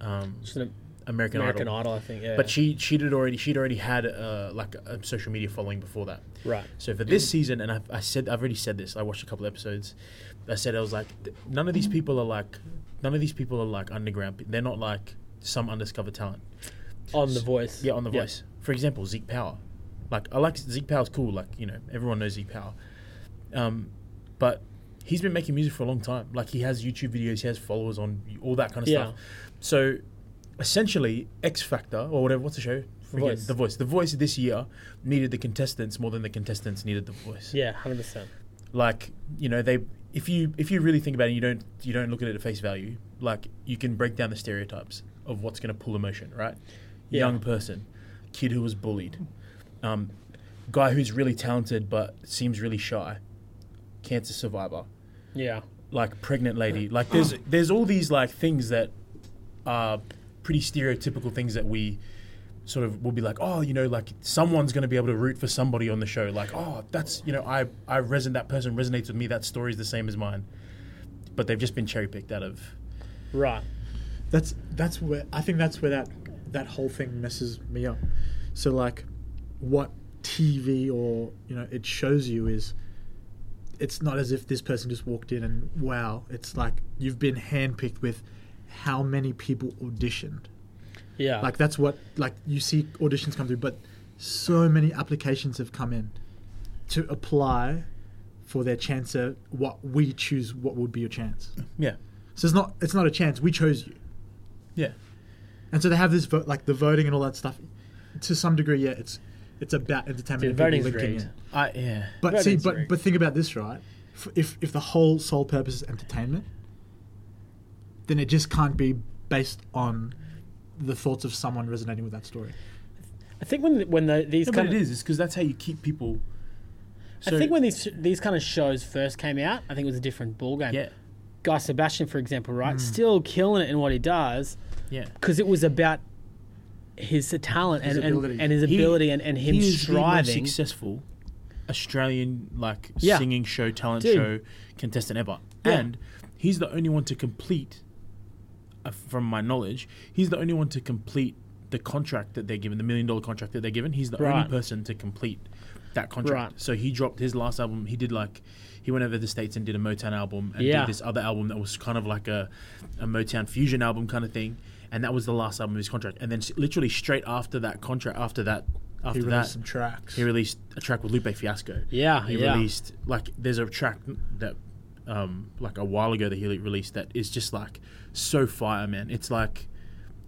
[SPEAKER 2] Um,
[SPEAKER 3] Just an
[SPEAKER 2] American,
[SPEAKER 3] American
[SPEAKER 2] Idol.
[SPEAKER 3] Idol. I think. Yeah.
[SPEAKER 2] But she she did already. She'd already had uh, like a social media following before that.
[SPEAKER 3] right.
[SPEAKER 2] So for this season, and I, I said I've already said this. I watched a couple episodes. I said I was like, th- none of these people are like, none of these people are like underground. pe- They're not like some undiscovered talent.
[SPEAKER 3] On the voice.
[SPEAKER 2] Yeah, on the
[SPEAKER 3] Yeah.
[SPEAKER 2] voice. For example, Zeke Power. Like I like Zeke Power's cool. Like you know everyone knows Zeke Power, um, but he's been making music for a long time. Like he has YouTube videos, he has followers on all that kind of
[SPEAKER 3] Yeah.
[SPEAKER 2] stuff. So essentially, X Factor or whatever. What's the show? Forget-
[SPEAKER 3] Voice.
[SPEAKER 2] The voice. The voice this year needed the contestants more than the contestants needed the voice
[SPEAKER 3] Yeah. Hundred percent.
[SPEAKER 2] like you know they if you if you really think about it you don't you don't look at it at face value like you can break down the stereotypes of what's going to pull emotion right
[SPEAKER 3] Yeah.
[SPEAKER 2] young person kid who was bullied um, guy who's really talented but seems really shy cancer survivor
[SPEAKER 3] Yeah.
[SPEAKER 2] like pregnant lady like there's there's all these like things that are pretty stereotypical things that we sort of will be like oh you know like someone's going to be able to root for somebody on the show like oh that's you know i i reson that person resonates with me that story's the same as mine but they've just been cherry picked out of
[SPEAKER 3] Right.
[SPEAKER 1] That's that's where I think that's where that that whole thing messes me up. So like, what TV or you know it shows you is, it's not as if this person just walked in and wow. It's like you've been handpicked with how many people auditioned.
[SPEAKER 3] Yeah.
[SPEAKER 1] Like that's what like you see auditions come through, but so many applications have come in to apply for their chance at what we choose what would be your chance.
[SPEAKER 2] yeah
[SPEAKER 1] So it's not it's not a chance. We chose you.
[SPEAKER 2] yeah
[SPEAKER 1] And so they have this vote, like the voting and all that stuff. To some degree, yeah, it's it's about entertainment.
[SPEAKER 3] Dude,
[SPEAKER 1] and people
[SPEAKER 3] voting's
[SPEAKER 1] linking
[SPEAKER 3] rigged.
[SPEAKER 1] in.
[SPEAKER 2] i yeah
[SPEAKER 1] But
[SPEAKER 3] Voting's
[SPEAKER 1] see, but
[SPEAKER 3] rigged.
[SPEAKER 1] but think about this, right? F- If if the whole sole purpose is entertainment, then it just can't be based on the thoughts of someone resonating with that story.
[SPEAKER 3] I think when when the, these
[SPEAKER 2] No, but
[SPEAKER 3] kind
[SPEAKER 2] it
[SPEAKER 3] of,
[SPEAKER 2] is it's because that's how you keep people
[SPEAKER 3] I think when these these kind of shows first came out, I think it was a different ball game.
[SPEAKER 2] yeah Hmm.
[SPEAKER 3] Guy Sebastian, for example, right, still killing it in what he does
[SPEAKER 2] yeah
[SPEAKER 3] because it was about his talent
[SPEAKER 1] His
[SPEAKER 3] and, and,
[SPEAKER 1] ability.
[SPEAKER 3] and his
[SPEAKER 2] He-
[SPEAKER 3] ability and, and him
[SPEAKER 2] he is the
[SPEAKER 3] striving.
[SPEAKER 2] most successful Australian like
[SPEAKER 3] Yeah.
[SPEAKER 2] singing show talent
[SPEAKER 3] Dude.
[SPEAKER 2] show contestant ever,
[SPEAKER 3] Yeah.
[SPEAKER 2] and he's the only one to complete, uh, from my knowledge, he's the only one to complete the contract that they're given, the million dollar contract that they're given. He's the
[SPEAKER 3] Right.
[SPEAKER 2] only person to complete that contract.
[SPEAKER 3] Right.
[SPEAKER 2] So he dropped his last album. He did like. He went over to the states and did a Motown album and
[SPEAKER 3] Yeah.
[SPEAKER 2] did this other album that was kind of like a, a Motown fusion album kind of thing, and that was the last album of his contract. And then s- literally straight after that contract, after that,
[SPEAKER 1] He
[SPEAKER 2] after
[SPEAKER 1] released
[SPEAKER 2] that,
[SPEAKER 1] some tracks.
[SPEAKER 2] he released a track with Lupe Fiasco.
[SPEAKER 3] Yeah,
[SPEAKER 2] he
[SPEAKER 3] yeah.
[SPEAKER 2] released like there's a track that um like a while ago that he released that is just like so fire, man. It's like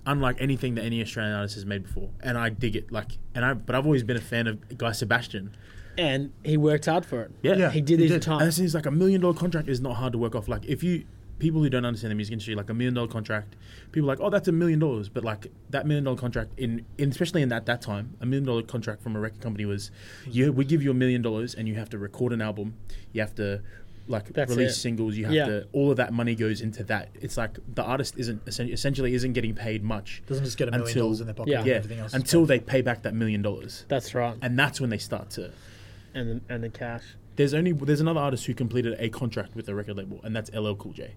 [SPEAKER 2] unlike anything that any Australian artist has made before, and I dig it. Like, and I but I've always been a fan of Guy Sebastian.
[SPEAKER 3] and he worked hard for it.
[SPEAKER 2] Yeah,
[SPEAKER 1] Yeah.
[SPEAKER 3] He did
[SPEAKER 1] He
[SPEAKER 3] his
[SPEAKER 1] did.
[SPEAKER 2] And
[SPEAKER 3] time.
[SPEAKER 2] the thing is, like a million dollar contract is not hard to work off. Like if you people who don't understand the music industry, like a million dollar contract, people are like, oh, that's a million dollars. But like that million dollar contract in, in especially in that that time, a million dollar contract from a record company was, you we give you a million dollars and you have to record an album, you have to like
[SPEAKER 3] That's
[SPEAKER 2] release
[SPEAKER 3] it.
[SPEAKER 2] singles, you have
[SPEAKER 3] Yeah.
[SPEAKER 2] to all of that money goes into that. It's like the artist isn't essen- essentially isn't getting paid much
[SPEAKER 1] Doesn't just get a million
[SPEAKER 2] Until-
[SPEAKER 1] dollars in their pocket.
[SPEAKER 3] yeah.
[SPEAKER 1] and
[SPEAKER 2] yeah
[SPEAKER 1] everything else is
[SPEAKER 2] until they pay back that million dollars,
[SPEAKER 3] That's right.
[SPEAKER 2] and that's when they start to.
[SPEAKER 3] And the, and the cash.
[SPEAKER 2] There's only there's another artist who completed a contract with a record label, and that's LL Cool J.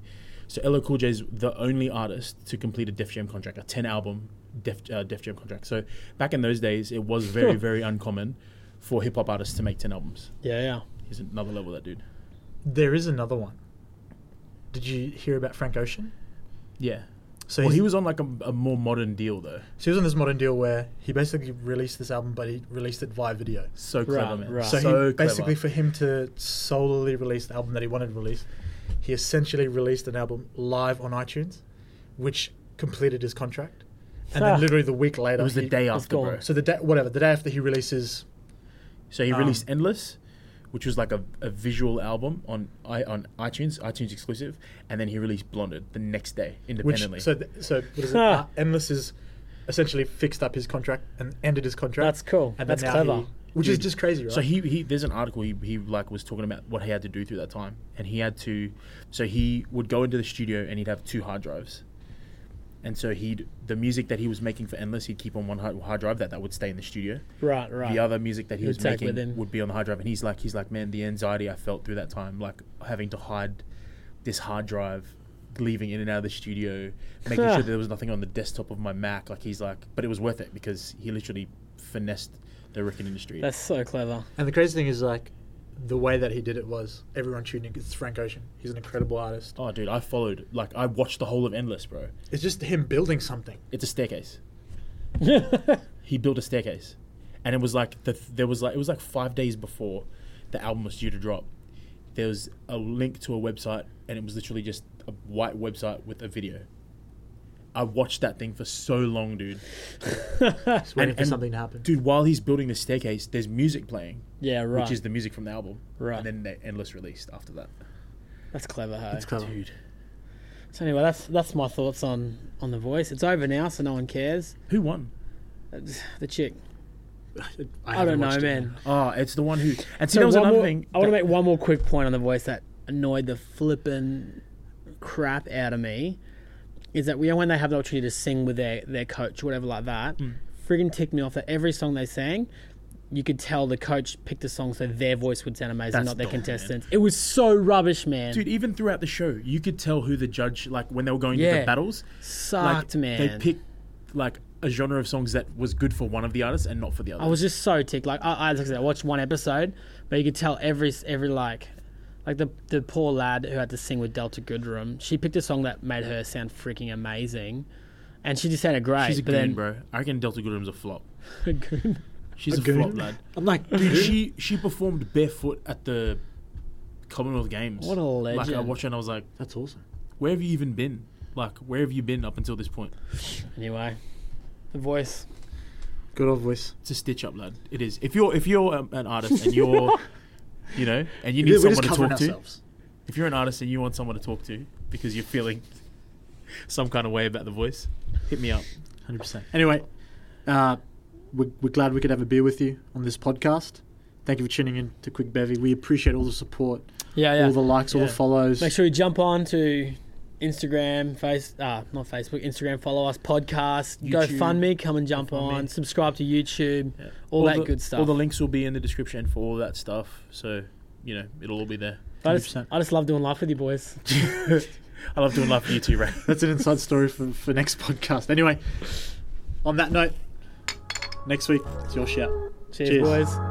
[SPEAKER 2] So LL Cool J is the only artist to complete a Def Jam contract, a ten album Def uh, Def Jam contract. So back in those days, it was very very uncommon for hip hop artists to make ten albums.
[SPEAKER 3] Yeah, yeah.
[SPEAKER 2] He's another level that dude.
[SPEAKER 1] There is another one. Did you hear about Frank Ocean?
[SPEAKER 2] Yeah.
[SPEAKER 1] So
[SPEAKER 2] Well,
[SPEAKER 1] he's-
[SPEAKER 2] he was on like a, a more modern deal though.
[SPEAKER 1] so he was on this modern deal where he basically released this album, but he released it via video.
[SPEAKER 2] So
[SPEAKER 3] Right,
[SPEAKER 2] clever man.
[SPEAKER 3] right.
[SPEAKER 1] So,
[SPEAKER 2] So,
[SPEAKER 1] he,
[SPEAKER 2] clever.
[SPEAKER 1] basically, for him to solely release the album that he wanted to release, he essentially released an album live on iTunes, which completed his contract. And
[SPEAKER 3] Ah.
[SPEAKER 1] then literally the week later,
[SPEAKER 2] it was the
[SPEAKER 1] he-
[SPEAKER 2] day
[SPEAKER 3] It's
[SPEAKER 2] after, bro.
[SPEAKER 3] gone.
[SPEAKER 1] So the day, whatever, the day after he releases,
[SPEAKER 2] So he
[SPEAKER 1] Um,
[SPEAKER 2] released Endless, which was like a, a visual album on i on iTunes, iTunes exclusive, and then he released Blonded the next day
[SPEAKER 1] which
[SPEAKER 2] independently.
[SPEAKER 1] so th- so what is it?
[SPEAKER 3] Ah.
[SPEAKER 1] Uh, Endless is essentially fixed up his contract and ended his contract.
[SPEAKER 3] That's cool.
[SPEAKER 1] And then
[SPEAKER 3] That's
[SPEAKER 1] now
[SPEAKER 3] clever.
[SPEAKER 1] he- which is
[SPEAKER 2] Dude.
[SPEAKER 1] just crazy, right?
[SPEAKER 2] So he, he there's an article he, he like was talking about what he had to do through that time, and he had to, so he would go into the studio and he'd have two hard drives, and so he'd the music that he was making for Endless he'd keep on one hard, hard drive that that would stay in the studio.
[SPEAKER 3] Right, right.
[SPEAKER 2] The other music that he
[SPEAKER 3] He'd
[SPEAKER 2] was
[SPEAKER 3] take
[SPEAKER 2] making
[SPEAKER 3] with him.
[SPEAKER 2] would be on the hard drive, and he's like he's like man the anxiety I felt through that time, like having to hide this hard drive. Leaving in and out of the studio, making sure there was nothing on the desktop of my Mac. Like he's like, but it was worth it because he literally finessed the record industry.
[SPEAKER 3] That's so clever.
[SPEAKER 1] And the crazy thing is, like, the way that he did it was everyone tuned in 'cause it's Frank Ocean. He's an incredible artist.
[SPEAKER 2] Oh, dude, I followed. Like, I watched the whole of Endless, bro.
[SPEAKER 1] It's just him building something.
[SPEAKER 2] It's a staircase. He built a staircase, and it was like the there was like it was like five days before the album was due to drop. There was a link to a website, and it was literally just a white website with a video. I watched that thing for so long, dude.
[SPEAKER 1] Just waiting for
[SPEAKER 2] and-
[SPEAKER 1] something to happen.
[SPEAKER 2] Dude, while he's building the staircase, there's music playing,
[SPEAKER 3] yeah, right.
[SPEAKER 2] which is the music from the album.
[SPEAKER 3] Right.
[SPEAKER 2] And then they Endless released after that.
[SPEAKER 3] that's clever. Hey?
[SPEAKER 1] It's clever.
[SPEAKER 2] Dude,
[SPEAKER 3] So anyway, that's that's my thoughts on on the voice. It's over now, so no one cares.
[SPEAKER 2] who won?
[SPEAKER 3] The chick. I,
[SPEAKER 1] haven't
[SPEAKER 3] don't know,
[SPEAKER 1] watched it.
[SPEAKER 3] man.
[SPEAKER 2] Oh, it's the one who. And see,
[SPEAKER 3] So
[SPEAKER 2] there was
[SPEAKER 3] one
[SPEAKER 2] another
[SPEAKER 3] more-
[SPEAKER 2] thing.
[SPEAKER 3] I want to
[SPEAKER 2] that-
[SPEAKER 3] make one more quick point on the voice that annoyed the flippin' crap out of me. Is that we when they have the opportunity to sing with their, their coach, whatever like that,
[SPEAKER 2] Hmm.
[SPEAKER 3] friggin' ticked me off that every song they sang, you could tell the coach picked a song so their voice would sound amazing,
[SPEAKER 2] That's
[SPEAKER 3] not their
[SPEAKER 2] dumb, man.
[SPEAKER 3] contestants. It was so rubbish, man.
[SPEAKER 2] Dude, even throughout the show, you could tell who the judge like when they were going to
[SPEAKER 3] Yeah.
[SPEAKER 2] the battles. Like
[SPEAKER 3] Sucked, man.
[SPEAKER 2] they picked like a genre of songs that was good for one of the artists and not for the other.
[SPEAKER 3] I was just so ticked. Like I, I, like I, said, I watched one episode, but you could tell every every like, like the the poor lad who had to sing with Delta Goodrum. She picked a song that made her sound freaking amazing, and she just sounded great.
[SPEAKER 2] She's a
[SPEAKER 3] but
[SPEAKER 2] goon,
[SPEAKER 3] then,
[SPEAKER 2] bro. I reckon Delta Goodrum's a flop.
[SPEAKER 3] a goon.
[SPEAKER 1] A
[SPEAKER 2] She's a,
[SPEAKER 1] goon?
[SPEAKER 2] flop, lad.
[SPEAKER 1] I'm like,
[SPEAKER 2] Dude, she she performed barefoot at the Commonwealth Games.
[SPEAKER 3] What a
[SPEAKER 2] Like I
[SPEAKER 3] legend.
[SPEAKER 2] watched her and I was like,
[SPEAKER 1] that's awesome.
[SPEAKER 2] where have you even been? Like, where have you been up until this point?
[SPEAKER 3] Anyway, the voice.
[SPEAKER 1] Good old voice.
[SPEAKER 2] It's a stitch up, lad. It is. If you're if you're um, an artist and you're, you know, and you need
[SPEAKER 1] We're
[SPEAKER 2] someone
[SPEAKER 1] just
[SPEAKER 2] to
[SPEAKER 1] covering
[SPEAKER 2] talk to,
[SPEAKER 1] ourselves.
[SPEAKER 2] if you're an artist and you want someone to talk to because you're feeling some kind of way about the voice, hit me up.
[SPEAKER 1] 100%. Anyway, uh, we're, we're glad we could have a beer with you on this podcast. Thank you for tuning in to Quick Bevy. We appreciate all the support,
[SPEAKER 3] Yeah, yeah.
[SPEAKER 1] all the likes, all the
[SPEAKER 2] Yeah.
[SPEAKER 1] follows.
[SPEAKER 3] Make sure you jump on to Instagram, Face, uh, not Facebook, Instagram. Follow us, podcast,
[SPEAKER 2] YouTube.
[SPEAKER 3] GoFundMe. Come and jump
[SPEAKER 2] GoFundMe.
[SPEAKER 3] on. Subscribe to YouTube.
[SPEAKER 2] Yeah.
[SPEAKER 3] All that
[SPEAKER 2] the,
[SPEAKER 3] good stuff.
[SPEAKER 2] All the links will be in the description for all that stuff. So you know it'll all be there.
[SPEAKER 3] I just,
[SPEAKER 1] 100%.
[SPEAKER 3] I just love doing life with you boys.
[SPEAKER 2] I love doing live for you too, Ray.
[SPEAKER 1] That's an inside story for, for next podcast. Anyway, on that note, next week, it's your shout.
[SPEAKER 3] Cheers,
[SPEAKER 1] Cheers.
[SPEAKER 3] boys.